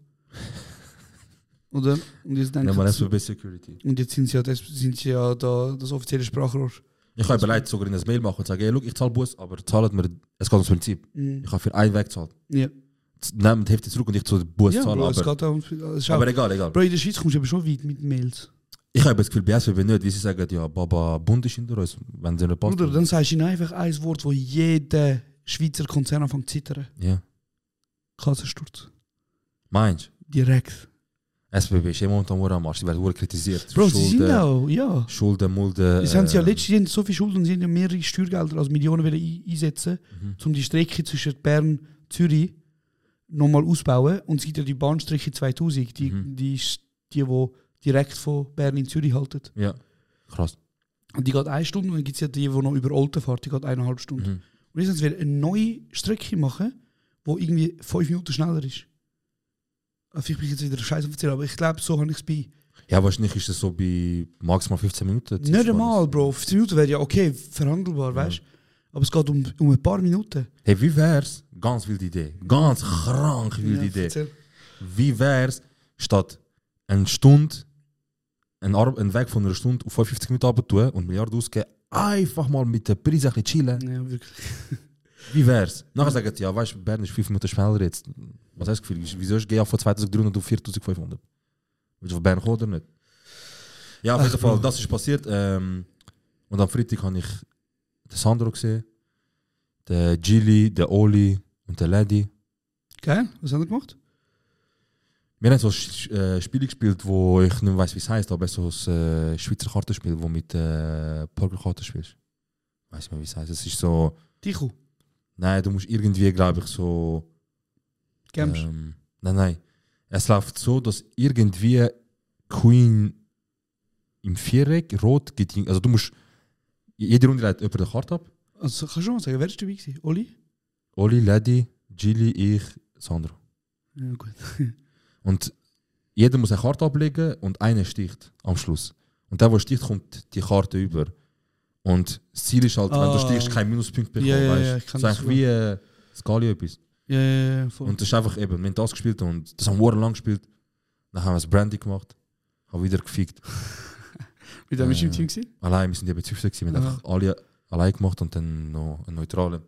Oder? Und jetzt denken
Nehmen wir
sie-
SBB Security.
und jetzt sind sie ja, das, sind sie ja da, das offizielle Sprachrohr.
Ich habe überlegt, sogar in das Mail machen und sagen, ey, look, ich zahle Bus, aber zahlt mir, es geht ums Prinzip.
Mhm.
Ich habe für einen Weg gezahlt.
Ja.
Z- Nehmt die Hälfte zurück und ich zu Bus
ja,
zahle.
Bro, es
aber,
geht auch um viel. Also, schau.
aber egal, egal.
Bro, in der Schweiz kommst du aber schon weit mit Mails.
Ich habe das Gefühl, bei SBB nicht, wie sie sagen, ja, Baba Bund ist hinter uns, wenn sie nicht passt.
Bruder, dann sagst du ihnen einfach ein Wort, wo jeder Schweizer Konzern anfängt zu zittern.
Ja.
Kassensturz.
Meinst
Direkt.
du? SBB ist eh momentan nur am Arsch, sie werden nur kritisiert.
Bro, sie sind auch, ja.
Schulden, Mulden. eh,
Sie haben ja letztes Jahr so viel Schulden und sie haben ja mehrere Steuergelder als Millionen wollen ein- einsetzen, um die Strecke zwischen Bern und Zürich nochmal auszubauen. Und es gibt ja die Bahnstrecke 2000, die, die ist die, die direkt von Bern in Zürich haltet.
Ja, krass.
Und die geht eine Stunde und dann gibt es ja die, die noch über Olten fährt, die geht eineinhalb Stunden. Und jetzt wollen wir eine neue Strecke machen, die irgendwie fünf Minuten schneller ist. Ah, Vielleicht bin ich jetzt wieder scheiße erzählt, aber ich glaube, so habe ich es bei.
Ja, wahrscheinlich ist das so bei maximal 15 Minuten.
Nicht einmal, Bro. 15 Minuten wäre ja okay, verhandelbar, weißt du? Aber es geht um, um ein paar Minuten.
Hey, wie wär's? Ganz wilde Idee. Ganz krank wilde
Ja,
Idee.
erzähl.
Wie wär's, statt eine Stunde, einen, Ar einen Weg von einer Stunde auf 55 Minuten abtun und Milliarden ausgeben, einfach mal mit der Prise ein bisschen chillen?
Ja, wirklich.
Wie Nou, wär's? Nachher sagen die, ja, weißt du, Bern ist 5 Minuten schneller jetzt. Was hast du das Gefühl? Wieso ist GA von 2300 auf 4500? Willst du von Bern kommen oder nicht? Ja, auf
Ach,
jeden Fall,
Bro.
das ist passiert. Ähm, und am Freitag habe ich den Sandro gesehen, den Gili, den Oli und den Lady.
Geil, was haben wir gemacht?
Wir haben so Sch- äh, Spiele gespielt, wo ich nicht weiß, wie es heißt, aber so ein äh, Schweizer Kartenspiel, wo mit äh, Pokerkarten spielst. Weiß nicht, wie es heißt. Es ist so.
Tichu.
Nein, du musst irgendwie, glaube ich, so.
Games.
Ähm, nein, nein. Es läuft so, dass irgendwie Queen im Viereck rot geht. in- Also du musst. Jede Runde leitet jemand eine Karte ab.
Also, kannst du schon mal sagen, wer ist dabei gewesen? Oli?
Oli, Lady, Gilly, ich, Sandro.
Ja, gut.
Und jeder muss eine Karte ablegen und einer sticht am Schluss. Und der, der sticht, kommt die Karte über. Und das Ziel ist halt, wenn
Ah.
du stichst, keinen Minuspunkt bekommen.
Ja, ja,
weißt?
ja,
du?
ich kann
so
das
eigentlich wie äh, Skali etwas.
Ja, ja, ja, voll.
Und das ist einfach eben, wir haben das gespielt und das haben wir lang gespielt. Dann haben wir das Brandy gemacht, haben wieder gefickt.
Mit wem bist du im Team gewesen?
Allein, wir sind eben zu fünf gewesen, wir haben
Ah.
einfach alle allein gemacht und dann noch einen neutralen.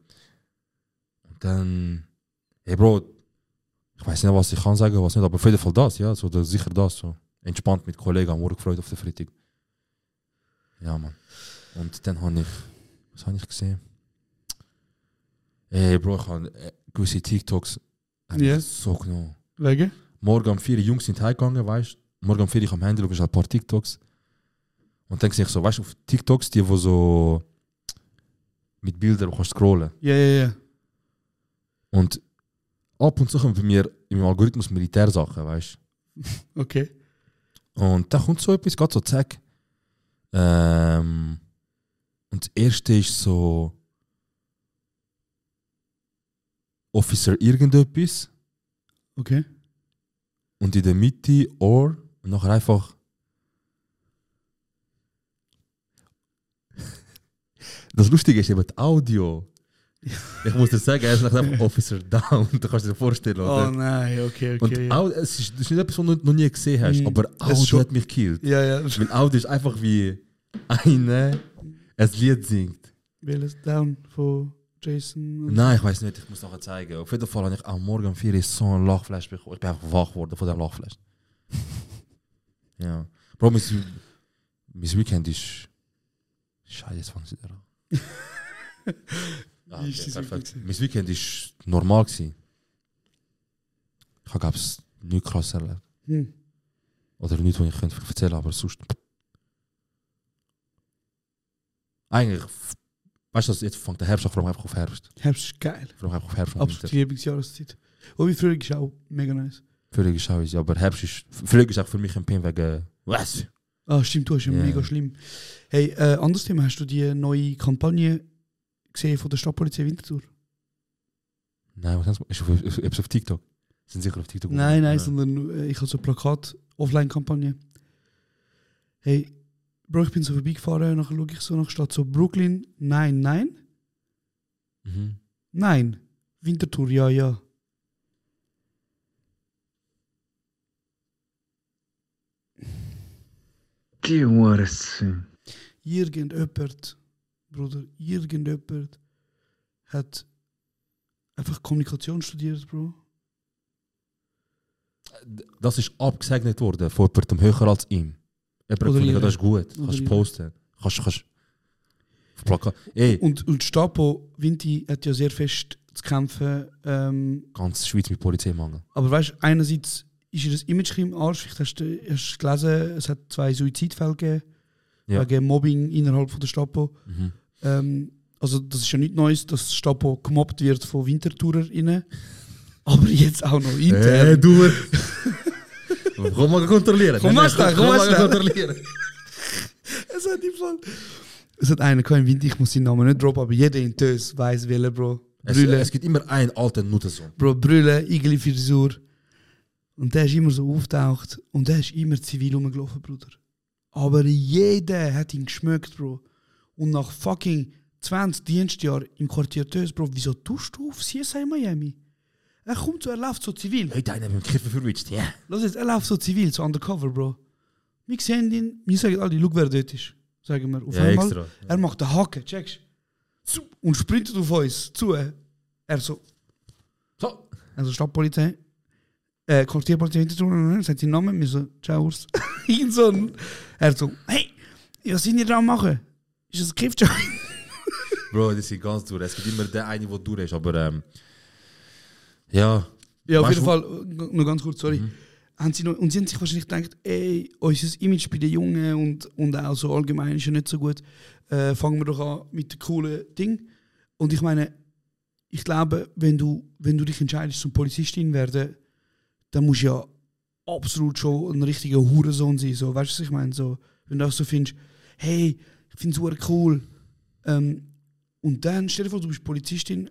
Und dann, hey Bro, ich weiß nicht, was ich kann sagen, was nicht, aber auf jeden Fall das, ja, so, das, sicher das, so. Entspannt mit Kollegen, am Morgen gefreut auf den Freitag. Ja, Mann. Und dann habe ich, was habe ich gesehen? Hey Bro, ich habe äh, gewisse TikToks hab ich
Ja.
so genommen.
Wegen?
Morgen um 4 Uhr Jungs sind heimgegangen, weißt du? Morgen um 4 Uhr ich am Handy, schaue ich halt ein paar TikToks. Und dann sehe ich so, weißt du, auf TikToks, die, wo so mit Bildern kannst scrollen.
Ja, ja, ja.
Und ab und zu kommen bei mir im Algorithmus Militärsachen, weißt
Okay.
du? Und da kommt so etwas, geht so zack. Ähm, und das erste ist so. Officer irgendetwas.
Okay.
und in der Mitte Ohr und nachher einfach. Das Lustige ist eben das Audio. Ich muss dir sagen, er ist nachher einfach Officer Down. Du kannst dir vorstellen, oder?
Oh nein, okay,
Und
okay. ja.
Audio, es ist, das ist nicht etwas, was du noch nie gesehen hast,
Mm.
aber
Es ist
Audio
schon-
hat mich gekillt.
Ja, ja.
Weil Audio ist einfach wie eine ein Lied singt.
Willis Down von Jason. und-
Nein, ich weiß nicht, ich muss nachher zeigen. Auf jeden Fall habe ich am Morgen um 4 Uhr so ein Lachflash bekommen. Ich bin einfach wach geworden von diesem Lachflash. ja. Bro, mein, mein Weekend ist. Scheiße, jetzt fangen sie wieder an. Ah,
Wie
okay,
ist dein Weekend
perfekt.
gewesen?
Mein Weekend ist normal. Gewesen. Ich habe es nichts krass erlebt.
Hm.
Oder nichts, was ich könnte erzählen aber sonst. Eigentlich, weißt du, jetzt fängt der Herbst an, ich freue mich einfach auf Herbst.
Herbst ist geil.
Ich freue mich einfach auf Herbst und Winter.
Absolut Lieblingsjahreszeit. Und wie früher ist auch mega nice.
Frühling ist auch, ja, aber Herbst ist, Frühling ist auch für mich ein Pin wegen, was?
Ah, stimmt, du hast ja
Ja.
mega schlimm. Hey, äh, anderes Thema, hast du die neue Kampagne gesehen von der Stadtpolizei Winterthur?
Nein, was ist auf, ist, ist auf TikTok? Sind sicher auf TikTok?
Nein, nein, sondern äh, ich habe so ein Plakat, Offline-Kampagne. Hey, Bro, ich bin so vorbeigefahren und nachher schaue ich so nach Stadt, so Brooklyn, nein, nein,
Mhm.
nein, Winterthur, ja, ja.
Die Hure sind.
Irgendjemand, Bruder, irgendjemand hat einfach Kommunikation studiert, Bro.
Das ist abgesegnet worden von jemandem höher als ihm. Jemand hat
Oder
gefunden,
ihre.
das ist gut,
Oder
kannst
ihre.
posten. Kannst, kannst. Auf Plakat. Ey,
Und, und Stapo Vinti hat ja sehr fest zu kämpfen. Ähm,
ganz Schweiz mit Polizeimangel.
aber weißt du, einerseits ist ihr das Image im Arsch. Vielleicht hast du hast du gelesen, es hat zwei Suizidfälle gegeben
Ja.
wegen Mobbing innerhalb von der Stapo.
Mhm.
Ähm, also, das ist ja nichts Neues, dass die Stapo gemobbt wird von WintertourerInnen. Aber jetzt auch noch intern.
Hey, du! Komm mal kontrollieren.
Komm
Nein,
mal
nein,
schnell, komm mal
mal
schnell.
kontrollieren.
Es hat im Fall. Es hat einen gehabt im Winter, ich muss seinen Namen nicht droppen, aber jeder in Tös weiß welcher, Bro.
Es,
Brülle.
es gibt immer einen alten Nuttensohn.
Bro, Brille, Igeli-Frisur. Und der ist immer so auftaucht und der ist immer zivil rumgelaufen, Bruder. Aber jeder hat ihn geschmückt, Bro. Und nach fucking 20 Dienstjahren im Quartier Tös, Bro, wieso tust du auf CSI Miami? Er kommt so, er läuft so zivil.
Heute einer mit dem Kiffen verwischt, ja.
Lass jetzt, er läuft so zivil, so undercover, Bro. Wir sehen ihn, wir sagen alle, schau, wer dort ist. Sagen wir. Auf
Ja,
einmal,
extra.
er macht den Haken, checkst du? Und sprintet auf uns zu. Er so.
So.
Also Stadtpolizei. Äh, Quartierpolizei hinterher, sagt seinen Namen, wir so, ciao, Urs. Irgend so ein- er so, hey, was sind ihr dran machen? Ist das ein Kiffjoint?
Bro, das ist ganz durch. Es gibt immer den einen, der durch ist, aber ähm, ja.
Ja, auf
Weißt
jeden
du, Mhm.
Fall, äh, nur ganz kurz, sorry. Haben sie noch, und sie haben sich wahrscheinlich gedacht, ey, unser Image bei den Jungen und, und auch so allgemein ist ja nicht so gut. Äh, fangen wir doch an mit dem coolen Ding. Und ich meine, ich glaube, wenn du, wenn du dich entscheidest, zum Polizistin werden, dann musst du ja absolut schon ein richtiger Hurensohn sein. So, weißt du, was ich meine? So, wenn du auch so findest, hey, ich finde es cool. Ähm, und dann, stell dir vor, du bist Polizistin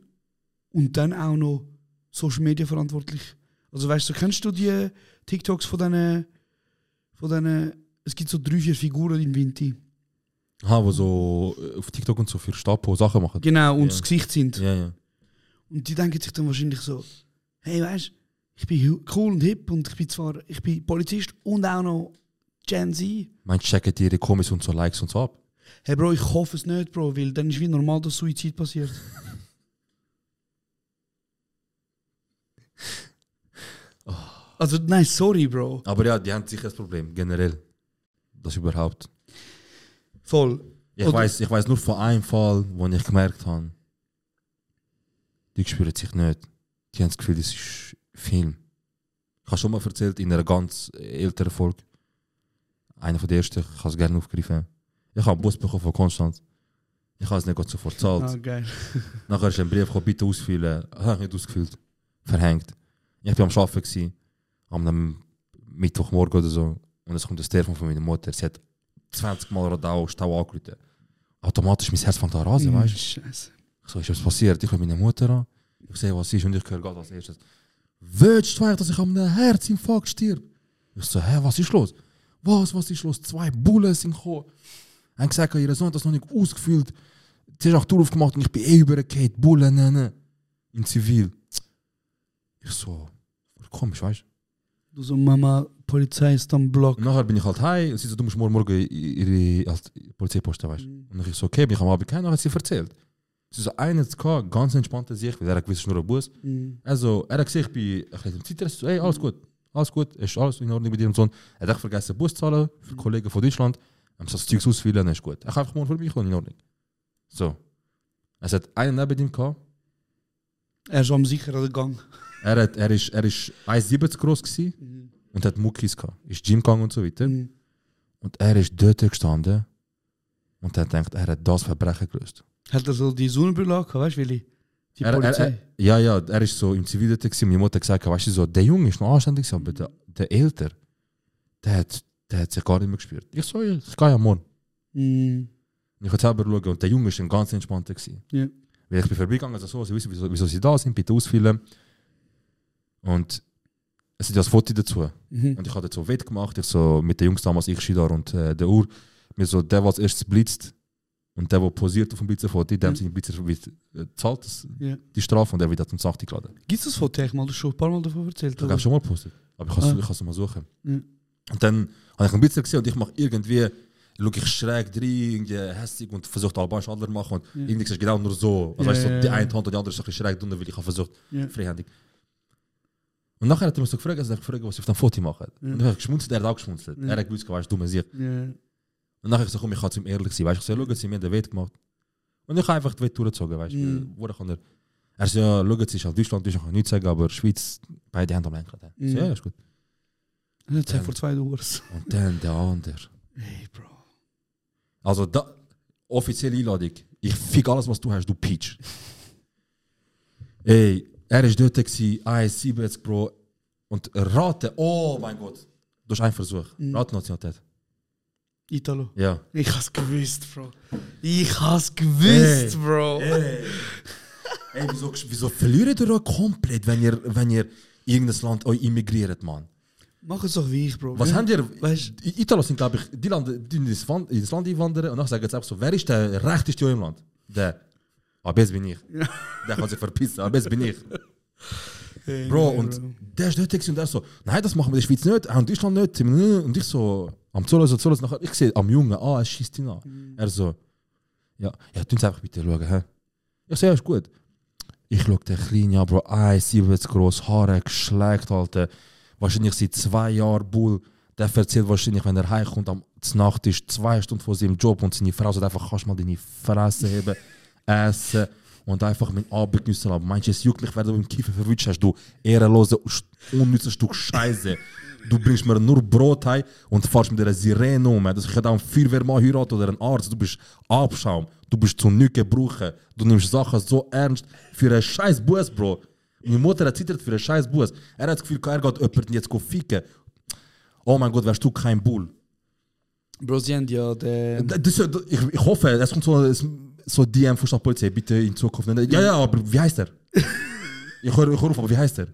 und dann auch noch Social Media verantwortlich. Also weißt du, kennst du die TikToks von deinen, von deinen, es gibt so drei, vier Figuren in Vinti.
Ha, wo so äh, auf TikTok und so für Stapo Sachen machen.
Genau, und
Ja.
das Gesicht sind.
Ja, ja.
Und die denken sich dann wahrscheinlich so, hey weißt du, ich bin hu- cool und hip und ich bin zwar, ich bin Polizist und auch noch Gen Z.
Man checkt ihre Kommis und so Likes und so ab.
Hey Bro, ich hoffe es nicht, Bro, weil dann ist wie normal, dass Suizid passiert.
Oh.
Also nein, sorry, Bro.
Aber ja, die haben sicher das Problem, generell. Das überhaupt.
Voll.
Ich
Oder-
weiß, ich weiß nur von einem Fall, wo ich gemerkt habe, die spüren sich nicht. Die haben das Gefühl, das ist Film. Ich habe schon mal erzählt in einer ganz älteren Folge. Einer von der ersten, ich kann es gerne aufgreifen. Ich habe einen Bus bekommen von Konstanz. Ich habe es nicht gerade sofort gezahlt.
Ah, geil.
Nachher ist ein Brief gekommen, bitte ausfüllen. Das habe ich nicht ausgefüllt. Verhängt. Ich war am Arbeiten, gewesen, am Mittwochmorgen oder so. Und es kommt das Telefon von meiner Mutter. Sie hat 20 Mal Radau, Stau angerufen. Automatisch mein Herz fängt an zu rasen,
Mm,
Also, weißt du?
Scheiße.
Ich so, ist was passiert? Ich schaue meine Mutter an. Ich sehe, was sie ist und ich höre gerade als erstes. Willst du eigentlich, dass ich am Herzinfarkt stirb? Ich so, hä, was ist los? Was, was ist los? Zwei Bullen sind gekommen. Haben gesagt, ihr Sohn hat das noch nicht ausgefüllt. Sie hat auch die Tür aufgemacht und ich bin eh übergekehrt. Bullen, ne, ne. In Zivil. Ich so, voll komisch, weißt du?
Du so, Mama, Polizei ist am Block.
Und nachher bin ich halt heim und sie so, du musst morgen, morgen ihre halt, Polizeiposten, weißt du? Und ich so, okay, bin ich am Abend heim, nachher hat sie erzählt. Sie so, einer hat es gehabt, ganz entspannte Sicht, weil er hat gewiss nur einen Bus.
Mhm.
Also, er hat gesehen, ich bin ein bisschen im Zitrus, so, hey, alles gut, alles gut, ist alles in Ordnung bei dir und so. Er hat auch vergessen, Bus zu zahlen für Kollegen von Deutschland. Er muss das Zeug ausfüllen, dann ist gut. Er kann einfach morgen vorbeikommen, in Ordnung. So. Es hat einen neben ihm gehabt,
Er ist am sicheren Gang.
er, hat, er, ist, er ist 1,70 groß gewesen und hat Muckis gehabt. Ist Gym gegangen und so weiter. Und er ist dort gestanden und hat gedacht, er hat das Verbrechen gelöst.
Hat er so die Sonnenbrille angehabt, weißt du, Willi? Die
er, er,
Polizei.
er, ja, ja, er ist so im Zivil dort gewesen. Meine Mutter hat gesagt, weißt du, so, der Junge ist noch anständig, gewesen, aber der, der Älter, der hat, der hat sich gar nicht mehr gespürt. Ich so, ja, ich gehe ja morgen.
Mhm.
Und ich konnte selber schauen und der Junge war ganz entspannt. Gewesen.
Ja.
Weil ich bin vorbeigegangen, also so, sie wissen, wieso, wieso sie da sind, bitte ausfüllen. Und es ist ja das Foto dazu.
Mhm.
Und ich habe dort so wett gemacht, ich so mit den Jungs damals, ich Schidar und äh, der Uhr, mir so, der, was erst blitzt und der, der posiert auf dem Blitzerfoto, dem
Mhm.
sind die Blitzer wird, äh, zahlt das,
Ja.
die Strafe und der wird dann zum Sachti geladen.
Gibt es das Foto? Ich habe schon ein paar Mal davon erzählt.
Ich habe schon mal gepostet. Aber ich kann
Ah.
es mal suchen.
Ja.
Und dann habe ich einen Blitzer gesehen und ich mache irgendwie, schaue ich schräg rein, irgendwie hässig und versuche albanisch Adler zu machen. Und
Ja.
irgendwie siehst du genau nur so. Also
Ja,
weißt, du, so
ja,
die
ja.
eine Hand und die andere ist ein bisschen schräg drunter, weil ich habe versucht,
Ja.
freihändig. Und nachher hat er mich so gefragt, also er hat gefragt, was ich auf dem Foto mache.
Ja.
Und ich habe geschmunzelt, er hat auch geschmunzelt.
Ja.
Er hat gewusst, weißt du, dumme Sicht.
Ja.
Und nachher habe ich gesagt, komm, ich kann zu ihm ehrlich sein. Weißt du, ich so, schauen Sie, mir den Wett gemacht. Und ich habe einfach die Wett durchgezogen, weißt du.
Mhm.
Wo kann er. Er so, ja, schauen Sie, es ist halt Deutschland, ich kann nichts sagen, aber Schweiz, beide Hände am Lenkrad. Ich
Mhm.
so, ja, ist gut.
Er hat gesagt,
Ja.
vor zwei Uhr.
Und dann der andere.
Hey, Bro.
Also, da, offizielle Einladung. Ich fick alles, was du hast, du Peach. Ey, er ist dort, gewesen, 1,70 Bro.
Mhm.
Und rate, oh mein Gott. Du hast einen Versuch. Rate Nationalität.
Italo.
Ja.
Ich hab's gewusst, Bro. Ich hab's gewusst,
Ey,
Bro.
ey. Ey, wieso, wieso verliert ihr euch komplett, wenn ihr, wenn ihr irgendein Land euch immigriert, Mann?
Mach es doch wie ich, Bro.
Was
Wenn-
haben die? Die Italo sind, glaube ich, die Lande, die ins Land, ins Land einwandern und dann sagen sie auch so, wer ist der rechteste im Land? Der. Aber jetzt bin ich. Der kann sich verpissen, aber jetzt bin ich.
Ey,
Bro,
nee,
und der ist nötig und der so, nein, das machen wir in der Schweiz nicht, auch in Deutschland nicht. Und ich so, am Zoll, so Zoll, nachher, ich sehe am Jungen, ah, er schießt ihn an. Er so, ja, ja, tu uns einfach bitte schauen, hä? Ich so, ja, ist gut. Ich schaue den Kleinen an, Bro, 1,70 groß, Haare geschlägt, Alter. Wahrscheinlich seit zwei Jahren Bull. Der erzählt wahrscheinlich, wenn er heimkommt, am Nacht ist zwei Stunden vor seinem Job und seine Frau sagt einfach, kannst du mal deine Fresse heben, essen und einfach meinen Abend geniessen lassen. Meinst du, es juckt mich, wenn du im Kiefer verwünscht hast, du ehrenlose, unnütze Stück Scheiße. Du bringst mir nur Brot heim und fährst mit einer Sirene um. Das ich hätte auch einen Feuerwehrmann heiraten oder einen Arzt. Du bist Abschaum. Du bist zu nichts gebrauchen. Du nimmst Sachen so ernst für einen scheiß Bus, Bro. Meine Mutter hat zittert für einen scheiß Bus. Er hat das Gefühl, er geht jemanden jetzt ficken. Oh mein Gott, wärst du kein Bull.
Bro, sie haben ja den.
Das, das, ich, ich hoffe, es kommt so, es- so DM von der Polizei, bitte in Zukunft. nicht- Ja, ja, aber wie heißt er? ich höre ich hör auf, aber wie heißt er?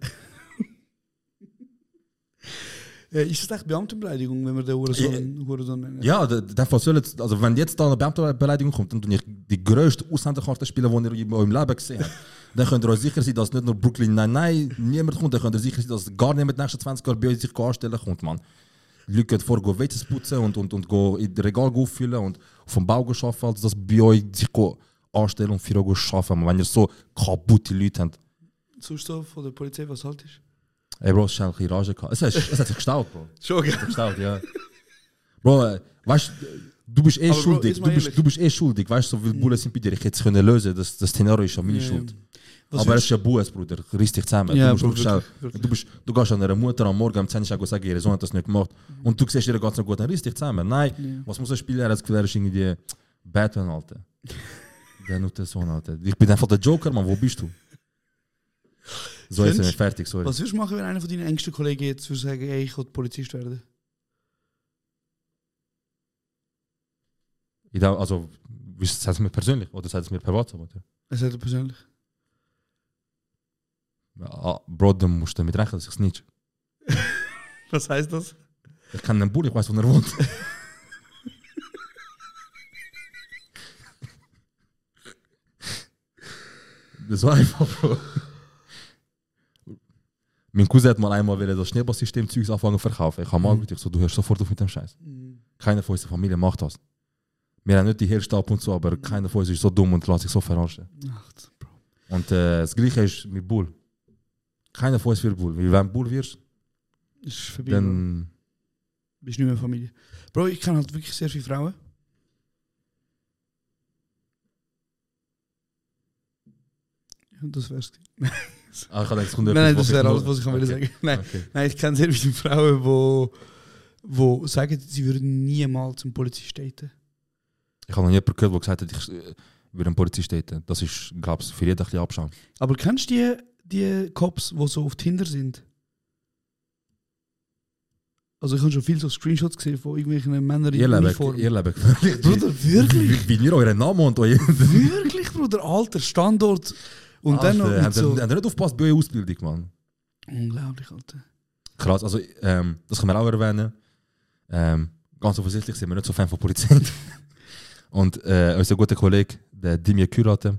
Äh, ist das echt Beamtenbeleidigung, wenn wir den Hurensohn Hurensohn nennen?
Ja, der, der Fall soll jetzt, also wenn jetzt da eine Beamtenbeleidigung kommt, dann tue ich die größte Ausländerkarte spielen, die ihr in eurem Leben gesehen habt. dann könnt ihr euch sicher sein, dass nicht nur Brooklyn nein, nein, niemand kommt. Dann könnt ihr sicher sein, dass gar niemand in den nächsten 20 Jahren bei euch sich anstellen kommt, Mann. Die Leute können vor, gehen Wages putzen und, und, und gehen in die Regal auffüllen und vom Bau gehen arbeiten, als dass bei euch sich gehen anstellen und für euch gehen arbeiten. Mann. Wenn ihr so kaputte Leute habt.
Sonst so von der Polizei, was halt ist?
Ey, Bro, es ist ein bisschen Rage gehabt. Es hat, es hat sich gestaut, Bro.
Schon,
Es hat sich gestaut, ja. Bro, äh, weißt du, du bist eh
Aber Bro,
schuldig.
jetzt mal
du, bist,
ehrlich.
du bist eh schuldig. Weißt du, so viele Bullen sind bei dir. Ich hätte es können lösen. Das, das Szenario ist ja meine
Ja, ja.
Schuld.
Was
Aber es ist
würdest-
ja Buß, Bruder. Riss dich zusammen.
Ja,
du, musst
Bro,
wirklich
wirklich,
auch- Du, bist, du gehst an deine Mutter am Morgen, am 10 Uhr sagen, ihr Sohn hat das nicht gemacht. Und du siehst, ihr geht es gut. Dann riss dich zusammen. Nein,
Ja.
was muss er spielen? Er hat das Gefühl, er ist irgendwie Batman, Alter. Der nur der Sohn, Alter. Ich bin einfach der Joker, Mann. Wo bist du? So, jetzt sind wir
Findest-
fertig. Sorry.
Was würdest du machen, wenn einer von deinen engsten Kollegen jetzt würde sagen, ey, ich will Polizist werden?
Ich glaub, also, wie- sagt es mir persönlich oder sagt es mir per WhatsApp? Oder?
Das hat er persönlich.
Ah, Bro, dann musst du damit rechnen, dass ich es nicht.
Was heißt das?
Ich kenne einen Bull, ich weiß, wo er wohnt. das war einfach, Bro. Mein Cousin hat mal einmal wieder das Schneeballsystem-Zeugs anfangen zu verkaufen. Ich habe mal gesagt, ich so, du hörst sofort auf mit dem Scheiß.
Mhm.
Keiner von unserer Familie macht das. Wir haben nicht die Herrschaft ab und zu, aber keiner von uns ist so dumm und lässt sich so verarschen.
Ach,
Und äh, das Gleiche ist mit Bull. Keiner von uns will Bull. Weil Wenn du Bull wirst,
ist vorbei. Bro.
dann.
Bist nicht mehr Familie. Bro, ich kenne halt wirklich sehr viele Frauen. Ja, das wär's. Nein,
Ah, ich hab gedacht, es kommt
nein, nein, das
etwas, was ich
wäre
nur-
alles, was ich okay.
Okay.
sagen Nein,
Okay.
nein, ich kenne sehr viele Frauen, wo, wo sagen, sie würden niemals zum Polizist daten.
Ich habe noch nie jemanden gehört, der gesagt hat, ich äh, würde einen Polizist daten. Das ist, glaube ich, für jeden ein bisschen Abschaum.
Aber kennst du die, die Cops, die so auf Tinder sind? Also ich habe schon viele so Screenshots gesehen von irgendwelchen Männern
Ihr
in
lebt,
Uniform.
ihr lebt wirklich.
Bruder, wirklich?
Wie, wie ihr euren Namen und euer...
Wirklich, Bruder, Alter, Standort. Und dann noch
Alter,
mit
habt ihr-
so...
habt ihr nicht aufgepasst bei eurer Ausbildung, Mann.
Unglaublich, Alter.
Krass, also ähm, das können wir auch erwähnen. Ähm, ganz offensichtlich sind wir nicht so Fan von Polizei. und äh, unser guter Kollege, der Dimir Kurate,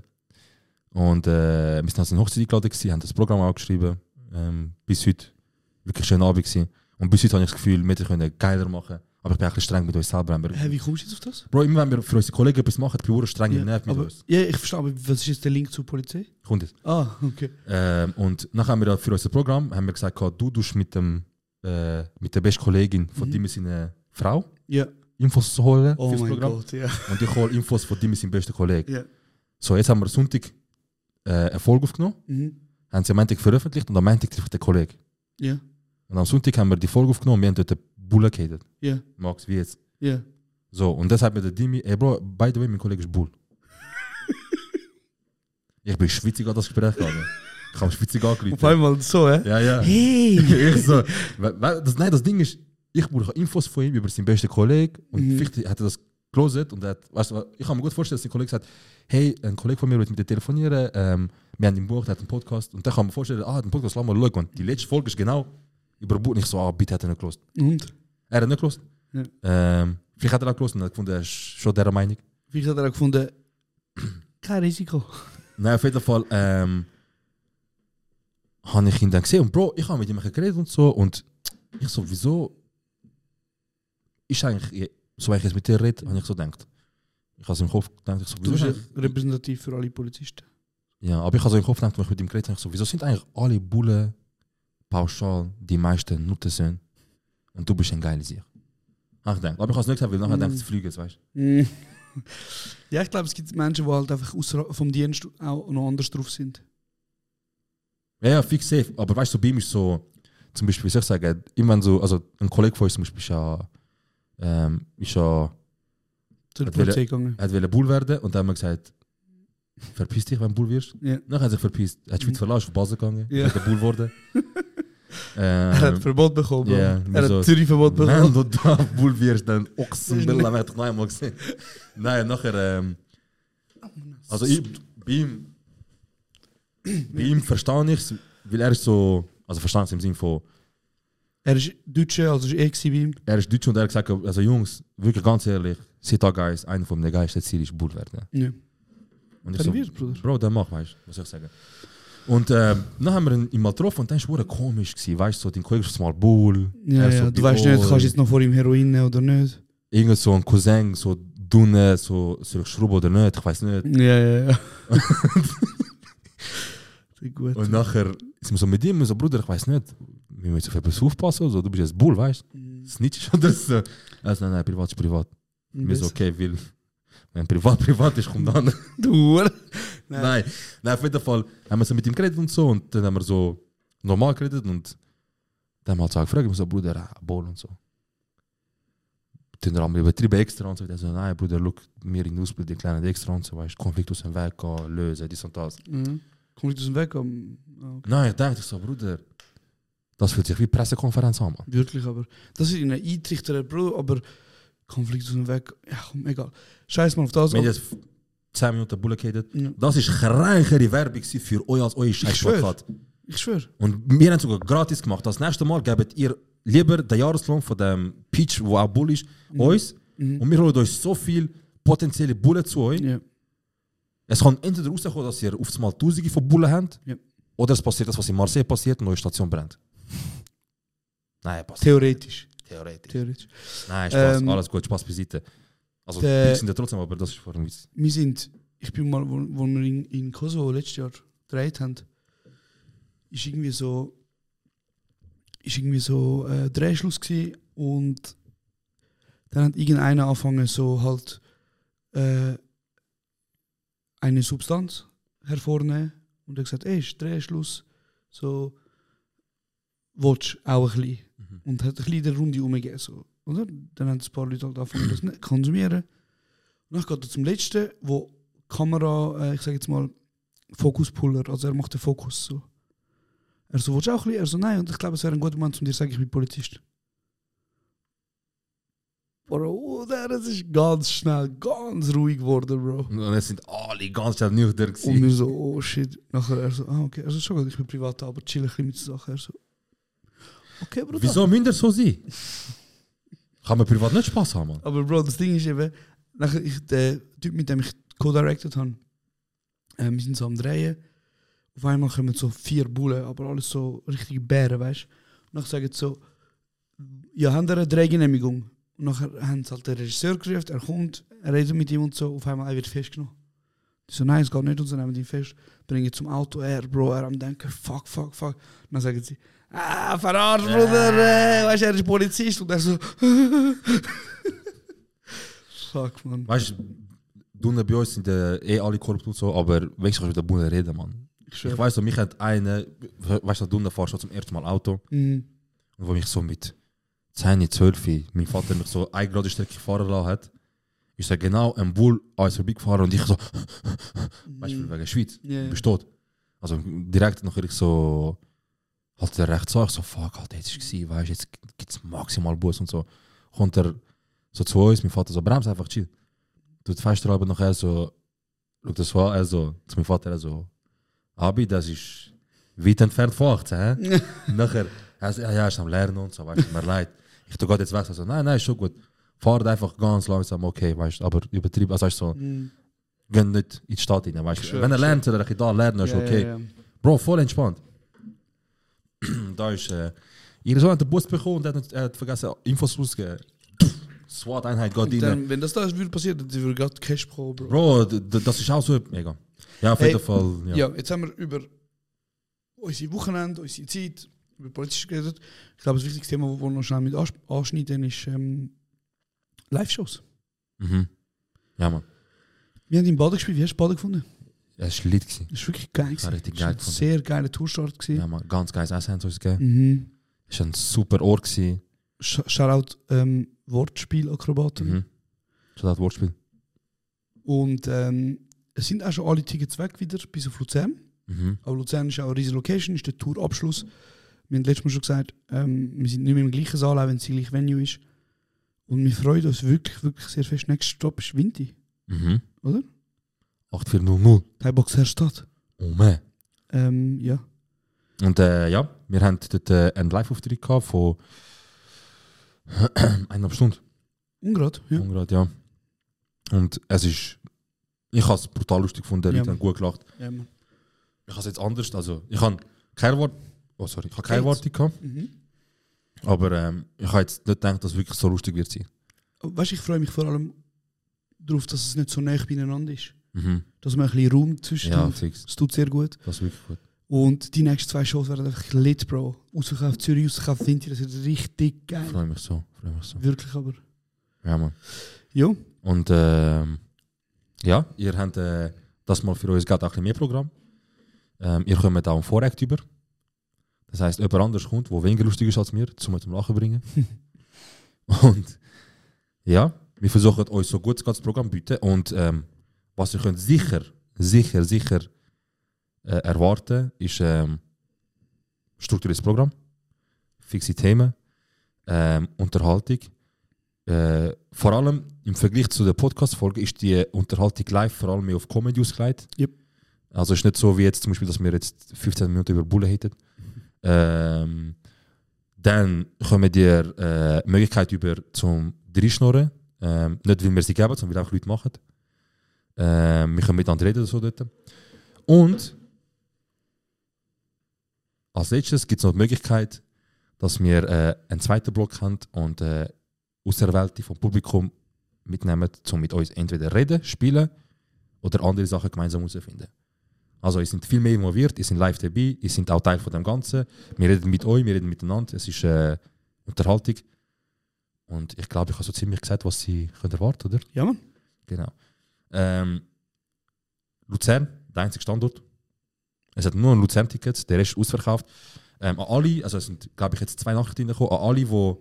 und äh, wir sind an seine Hochzeit eingeladen, gewesen, haben das Programm aufgeschrieben. Ähm, bis heute wirklich schöner Abend. Gewesen. Und bis heute habe ich das Gefühl, wir hätten können geiler machen Aber ich bin ein bisschen streng mit uns selber. wenn wir-
Hä, wie kommst du jetzt auf das?
Bro, immer wenn wir für unsere Kollegen etwas machen, bin ich streng
Ja,
im Nerv mit
aber,
uns.
ja, ich verstehe, aber was ist jetzt der Link zur Polizei?
Kommt jetzt.
Ah, okay.
Ähm, und nachher haben wir für unser Programm haben wir gesagt, du tust mit, dem, äh, mit der besten Kollegin von
Mhm.
mhm. seiner Frau
Ja.
Infos zu holen
Oh
fürs
mein
Programm.
Gott, ja.
Und ich hole Infos von Dimi, seinem besten Kollegen.
Ja.
So, jetzt haben wir Sonntag äh, Erfolg aufgenommen,
Mhm.
haben sie am Montag veröffentlicht und am Montag trifft der Kollege.
Ja.
Und am Sonntag haben wir die Folge aufgenommen und wir haben dort den Bull gehatet.
Ja.
Max, wie jetzt?
Ja.
So, und das hat mir der Dimi, ey Bro, by the way, mein Kollege ist Bull. ich bin schwitzig an das Gespräch gegangen. Ich habe schwitzig angerufen.
Auf einmal so, hä?
Ja, ja.
Hey!
ich so, wa- wa- das, nein, das Ding ist, ich brauche Infos von ihm über seinen besten Kollegen und
Mhm.
vielleicht hat er das closet und er hat, weißt du, ich kann mir gut vorstellen, dass sein Kollege sagt, hey, ein Kollege von mir will mit dir telefonieren, ähm, wir haben ihn gebucht, er hat einen Podcast und dann kann man vorstellen, ah, den Podcast, lass mal schauen und die letzte Folge ist genau über Buch nicht so, ah, bitte hat er nicht gelost.
Und?
Er hat nicht gelost.
Ja.
Ähm, vielleicht hat er auch gelost und hat gefunden, er ist schon der Meinung.
Wie hat er auch gefunden? Kein Risiko.
Nein, auf jeden Fall ähm, habe ich ihn dann gesehen und Bro, ich habe mit ihm geredet und so und ich so, wieso ist eigentlich, so wie ich jetzt mit dir rede, habe ich so gedacht. Ich habe es im Kopf gedacht, ich so,
Du
wieso
bist
ist
ja
eigentlich-
repräsentativ für alle Polizisten.
ja, aber ich habe so im Kopf gedacht, als ich mit ihm geredet habe, ich so, wieso sind eigentlich alle Bullen pauschal die meisten Nutten sind und du bist ein geiler Sieg. Habe ich gedacht, aber ich habe es nicht gesagt, weil nachher
Mhm.
denkt es fliegen, weißt du.
Mm. ja, ich glaube, es gibt Menschen, die halt einfach ausser- vom Dienst auch noch anders drauf sind.
Ja, ja, fix safe. Aber weißt du, bei ihm ist so, zum Beispiel, wie soll ich sagen, immer so, also ein Kollege von uns zum Beispiel ist ja, ähm, ist ja,
Zur
hat
Polizei
wollte-
gegangen.
hat wollte Bull werden und dann haben wir gesagt, verpiss dich, wenn du Bull wirst.
Ja. Mhm.
Dann hat er sich verpisst. Er hat Schweiz verlassen, ist auf Basel gegangen,
Ja.
ist Bull geworden. Ähm,
Er hat Verbot bekommen, Bro.
ja,
Er hat
so,
Zürich-Verbot bekommen.
Wenn du da Bull wirst, dann
Das ist
Ochsenbilder,
nicht-
hat ich noch einmal gesehen. Nein, nachher, ähm, also ich, bei ihm, bei ihm verstehe ich es, weil er ist so, also verstehe ich es im Sinne von,
Er ist Deutscher, also ist er gewesen bei ihm.
er ist Deutsch und er hat gesagt, also Jungs, wirklich ganz ehrlich, Sita Guys, einer von den geilsten Zielen ist Bull werden.
Ja.
Und ich
Dann
so,
wir's, Bruder.
Bro, dann mach, weißt du, was soll ich sagen. Und ähm, dann haben wir ihn, ihn mal getroffen und dann war es komisch, gewesen, weißt du, so, dein Kollege ist mal Bull.
Ja,
er ist so
ja. Du weißt
bei
nicht, kannst du
euch.
jetzt noch vor ihm Heroin nehmen oder nicht?
irgend so ein Cousin, so Dunne, so soll ich schrubben oder nicht, ich weiß nicht.
Ja, ja, ja. Sehr gut.
Und nachher ist man so mit ihm, so Bruder, ich weiß nicht, wir müssen auf etwas aufpassen, so, du bist jetzt Bull, weißt du? Snitch oder so. Also, nein, nein, privat ist privat. Mir ist
Besser.
okay, weil wenn privat privat ist, kommt dann.
Du Hure.
nein. nein, auf jeden Fall haben wir so mit ihm geredet und so und dann haben wir so normal geredet und dann haben wir halt so gefragt, ich so, Bruder, ah, Bull und so. Dann haben wir übertrieben extra und so. Der so, nein, Bruder, ah, look, mir in der Ausbildung, die kleinen extra und so, weißt du, Konflikt aus dem Weg gehen, lösen, dies und das.
Mhm. Kommst du aus dem Weg? am- Okay.
Nein, ich dachte so, Bruder, das fühlt sich wie Pressekonferenz an, Mann.
Wirklich, aber das ist in einem Eintrichter, Bro, aber Konflikt aus dem Weg, ja komm, egal. Scheiß mal auf das.
Wir haben jetzt 10 Minuten Bullen gehatet.
Ja.
Das war kränkere Werbung gewesen für euch als euer scheiß
schwör.
Plakat.
ich schwöre.
Und wir haben es sogar gratis gemacht. Das nächste Mal gebt ihr lieber den Jahreslohn von dem Peach, wo auch Bull ist,
Mhm.
uns. Und wir holen euch so viel potenzielle Bullen zu euch.
Ja.
Es kann entweder rauskommen, dass ihr auf einmal Tausende von Bullen habt.
Ja.
Oder es passiert das, was in Marseille passiert und eure Station brennt. Nein, passiert.
Theoretisch.
Theoretisch.
Theoretisch.
Nein, Spaß,
Ähm,
alles gut, Spaß beiseite. Also,
der-
wir sind ja trotzdem, aber das ist vor allem Witz.
Wir sind, ich bin mal, wo, wo wir in, in Kosovo letztes Jahr gedreht haben, ist irgendwie so, ist irgendwie so äh, Drehschluss gewesen und dann hat irgendeiner angefangen, so halt äh, eine Substanz hervornehmen und hat gesagt, ey, ist Drehschluss, so, willst du auch ein bisschen? Und hat ein bisschen der Runde umgegeben, so, oder? Dann haben ein paar Leute halt angefangen, das zu konsumieren. Und dann geht er zum letzten, wo die Kamera, äh, ich sage jetzt mal, Fokuspuller, also er macht den Fokus so. Er so, willst du auch ein bisschen? Er so, nein, und ich glaube, es wäre ein guter Mann, um dir zu sagen, ich bin Polizist. Bro, das ist ganz schnell, ganz ruhig geworden, Bro.
Und es sind alle ganz schnell nüchtern gewesen.
Und wir so, oh shit. Nachher er so, ah, okay, also schon gut, ich bin privat, aber chill ein bisschen mit der Sache. Er so, okay, Bruder.
Wieso müsst ihr so sein? Kann man privat nicht Spaß haben, Mann.
Aber Bro, das Ding ist eben, nachher ich, der Typ, mit dem ich co-directed habe, äh, wir sind so am Drehen. Auf einmal kommen so vier Bullen, aber alles so richtige Bären, weißt du? Nachher sagen sie so, ja, haben wir eine Drehgenehmigung? Und nachher haben sie halt den Regisseur gerufen, er kommt, er redet mit ihm und so, auf einmal er wird festgenommen. Die so, nein, es geht nicht, und sie nehmen ihn fest, bringen ihn zum Auto, er, Bro, er am Denken, fuck, fuck, fuck. Und dann sagen sie, ah, verarsch, Bruder, äh, weißt du, er ist Polizist. Und er so, fuck, man.
Weißt du, Dunne bei uns sind äh, eh alle korrupt und so, aber wenigstens kannst du mit der Bunde reden, Mann. Ich,
schwör.
weiß, so, mich hat einer, weißt du, Dunne fährst du zum ersten Mal Auto.
Mhm.
Und wo mich so mit 10, 12, mein Vater mich so eine gerade Strecke fahren lassen hat, ist er genau ein Bull an uns vorbeigefahren und ich so, weißt du, wegen der Schweiz,
Mhm. Ja, ja.
bist tot. Also direkt nachher ich so, halt der rechts so, ich so, fuck, Alter, jetzt ist es weißt du, jetzt gibt's maximal Bus und so. Kommt er so zu uns, mein Vater so, bremst einfach, chill. Du fährst aber nachher so, schaut das war, er so, zu meinem Vater, er so, Abi, das ist weit entfernt von 18, hä? Und nachher, er so, ja, ja, ist am Lernen und so, weißt du, mir leid. Ich tu grad jetzt weg, also, nein, nein, ist schon gut. Fahrt einfach ganz langsam, okay, weißt du, aber übertrieben, also, weißt du, so,
Mhm.
gehen nicht in die Stadt rein, weißt du.
Sure,
Wenn er
sure.
lernt, soll er da lernen, ist
Ja, ja,
okay.
ja.
Bro, voll entspannt. da ist, äh, ihr Sohn hat den Bus bekommen und er hat, er hat vergessen, Infos auszugeben. SWAT-Einheit geht rein.
Dann, wenn das da ist, würde passieren, dann würde gerade Cash Pro, Bro.
Bro, d- d- das ist auch so, mega. Ja, auf
Hey,
jeden Fall, ja.
Ja. jetzt haben wir über unsere Wochenende, unsere Zeit, über politisch geredet. Ich glaube, das wichtigste Thema, das wir noch schnell mit ans- anschneiden, ist ähm, Live-Shows.
Mhm. Ja, Mann.
Wir haben in Baden gespielt. Wie hast du Baden gefunden?
Ja, Es war Lied. Gewesen.
Das war wirklich geil.
Ja, richtig
gewesen.
geil
Das war ein
gefunden.
Sehr geiler Tourstart. gewesen.
Ja, Mann, ganz geiles Essen haben sie uns gegeben.
Mhm.
Es war ein super Ort. Gewesen.
Sch- Shoutout ähm, Wortspielakrobaten.
Mhm. Schon das Wortspiel.
Und ähm, es sind auch schon alle Tickets weg wieder, bis auf Luzern.
Mhm.
Aber Luzern ist auch eine riesige Location, ist der Tourabschluss. Wir haben letztes Mal schon gesagt, ähm, wir sind nicht mehr im gleichen Saal, auch wenn es gleich Venue ist. Und wir freuen uns wirklich, wirklich sehr fest. Nächster Stopp ist Winti,
Mhm.
oder?
8400.
Thaibox Herstadt.
Oh, man.
Ähm, ja.
Und äh, ja, wir haben dort äh, einen Live-Auftritt gehabt von eineinhalb Stunden.
Ungrad, ja.
Ungrad, ja. Und es ist. Ich habe es brutal lustig gefunden,
Ja,
die Leute haben
Mann.
gut gelacht.
Ja, Mann.
Ich habe es jetzt anders. Also, ich habe kein Wort. Oh, sorry. Ich habe keine
Geht's?
Worte gehabt.
Mhm.
Aber ähm, ich habe jetzt nicht gedacht, dass es wirklich so lustig wird sein.
Weißt du, ich freue mich vor allem darauf, dass es nicht so nah beieinander ist.
Mhm.
Dass man ein bisschen Raum zwischen
Ja, fix.
Das tut sehr gut.
Das ist wirklich gut.
Und die nächsten zwei Shows werden einfach lit, Bro. Ausverkauft Zürich, ausverkauft Winti, das wird richtig geil.
Ich freue mich so. Freue mich so.
Wirklich aber.
Ja, Mann.
Jo.
Und ähm, ja, ihr habt äh, das mal für uns gerade auch ein bisschen mehr Programm. Ähm, ihr kommt auch im Vorrecht über. Das heißt, jemand anders kommt, der weniger lustig ist als wir, zum zum Lachen bringen. und ja, wir versuchen euch so gut es geht das Programm zu bieten. Und ähm, was ihr könnt sicher, sicher, sicher äh, erwarten, ist ähm, strukturiertes Programm, fixe Themen, ähm, Unterhaltung. Äh, vor allem im Vergleich zu der Podcast-Folge ist die Unterhaltung live vor allem mehr auf Comedy ausgelegt. Also ist nicht so wie jetzt zum Beispiel, dass wir jetzt 15 Minuten über Bullen hätten. Ähm, dann kommen dir äh, Möglichkeit über zum Dreischnorren. Ähm, nicht, weil wir sie geben, sondern weil auch Leute machen. Ähm, wir können miteinander reden oder so dort. Und als letztes gibt es noch die Möglichkeit, dass wir äh, einen zweiten Block haben und äh, Auserwählte vom Publikum mitnehmen, um mit uns entweder reden, spielen oder andere Sachen gemeinsam herausfinden. Also ihr seid viel mehr involviert, ihr seid live dabei, ihr seid auch Teil von dem Ganzen. Wir reden mit euch, wir reden miteinander, es ist äh, Unterhaltung. Und ich glaube, ich habe so ziemlich gesagt, was sie können erwarten oder?
Ja, Mann.
Genau. Ähm, Luzern, der einzige Standort. Es hat nur ein Luzern-Ticket, der Rest ist ausverkauft. Ähm, an alle, also es sind, glaube ich, jetzt zwei Nachrichten gekommen, an alle, die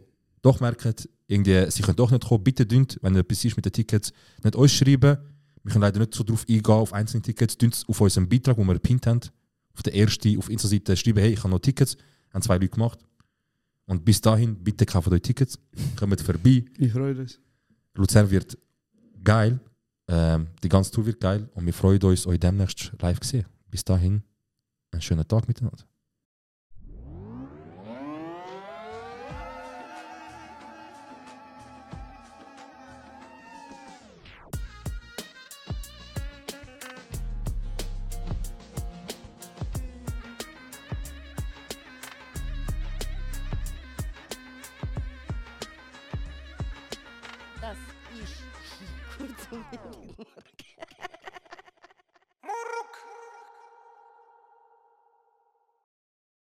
doch merken, irgendwie, sie können doch nicht kommen, bitte dünnt, wenn ihr etwas ist mit den Tickets, nicht uns schreiben. Wir können leider nicht so drauf eingehen, auf einzelne Tickets. Dünnt es auf unserem Beitrag, den wir gepinnt haben, auf der ersten, auf Insta-Seite schreiben, hey, ich habe noch Tickets. Haben zwei Leute gemacht. Und bis dahin, bitte kauft euch Tickets, kommt vorbei.
Ich freue mich.
Luzern wird geil. Ähm, die ganze Tour wird geil und wir freuen uns, euch demnächst live zu sehen. Bis dahin, einen schönen Tag miteinander.
Das ist kurz und bündig.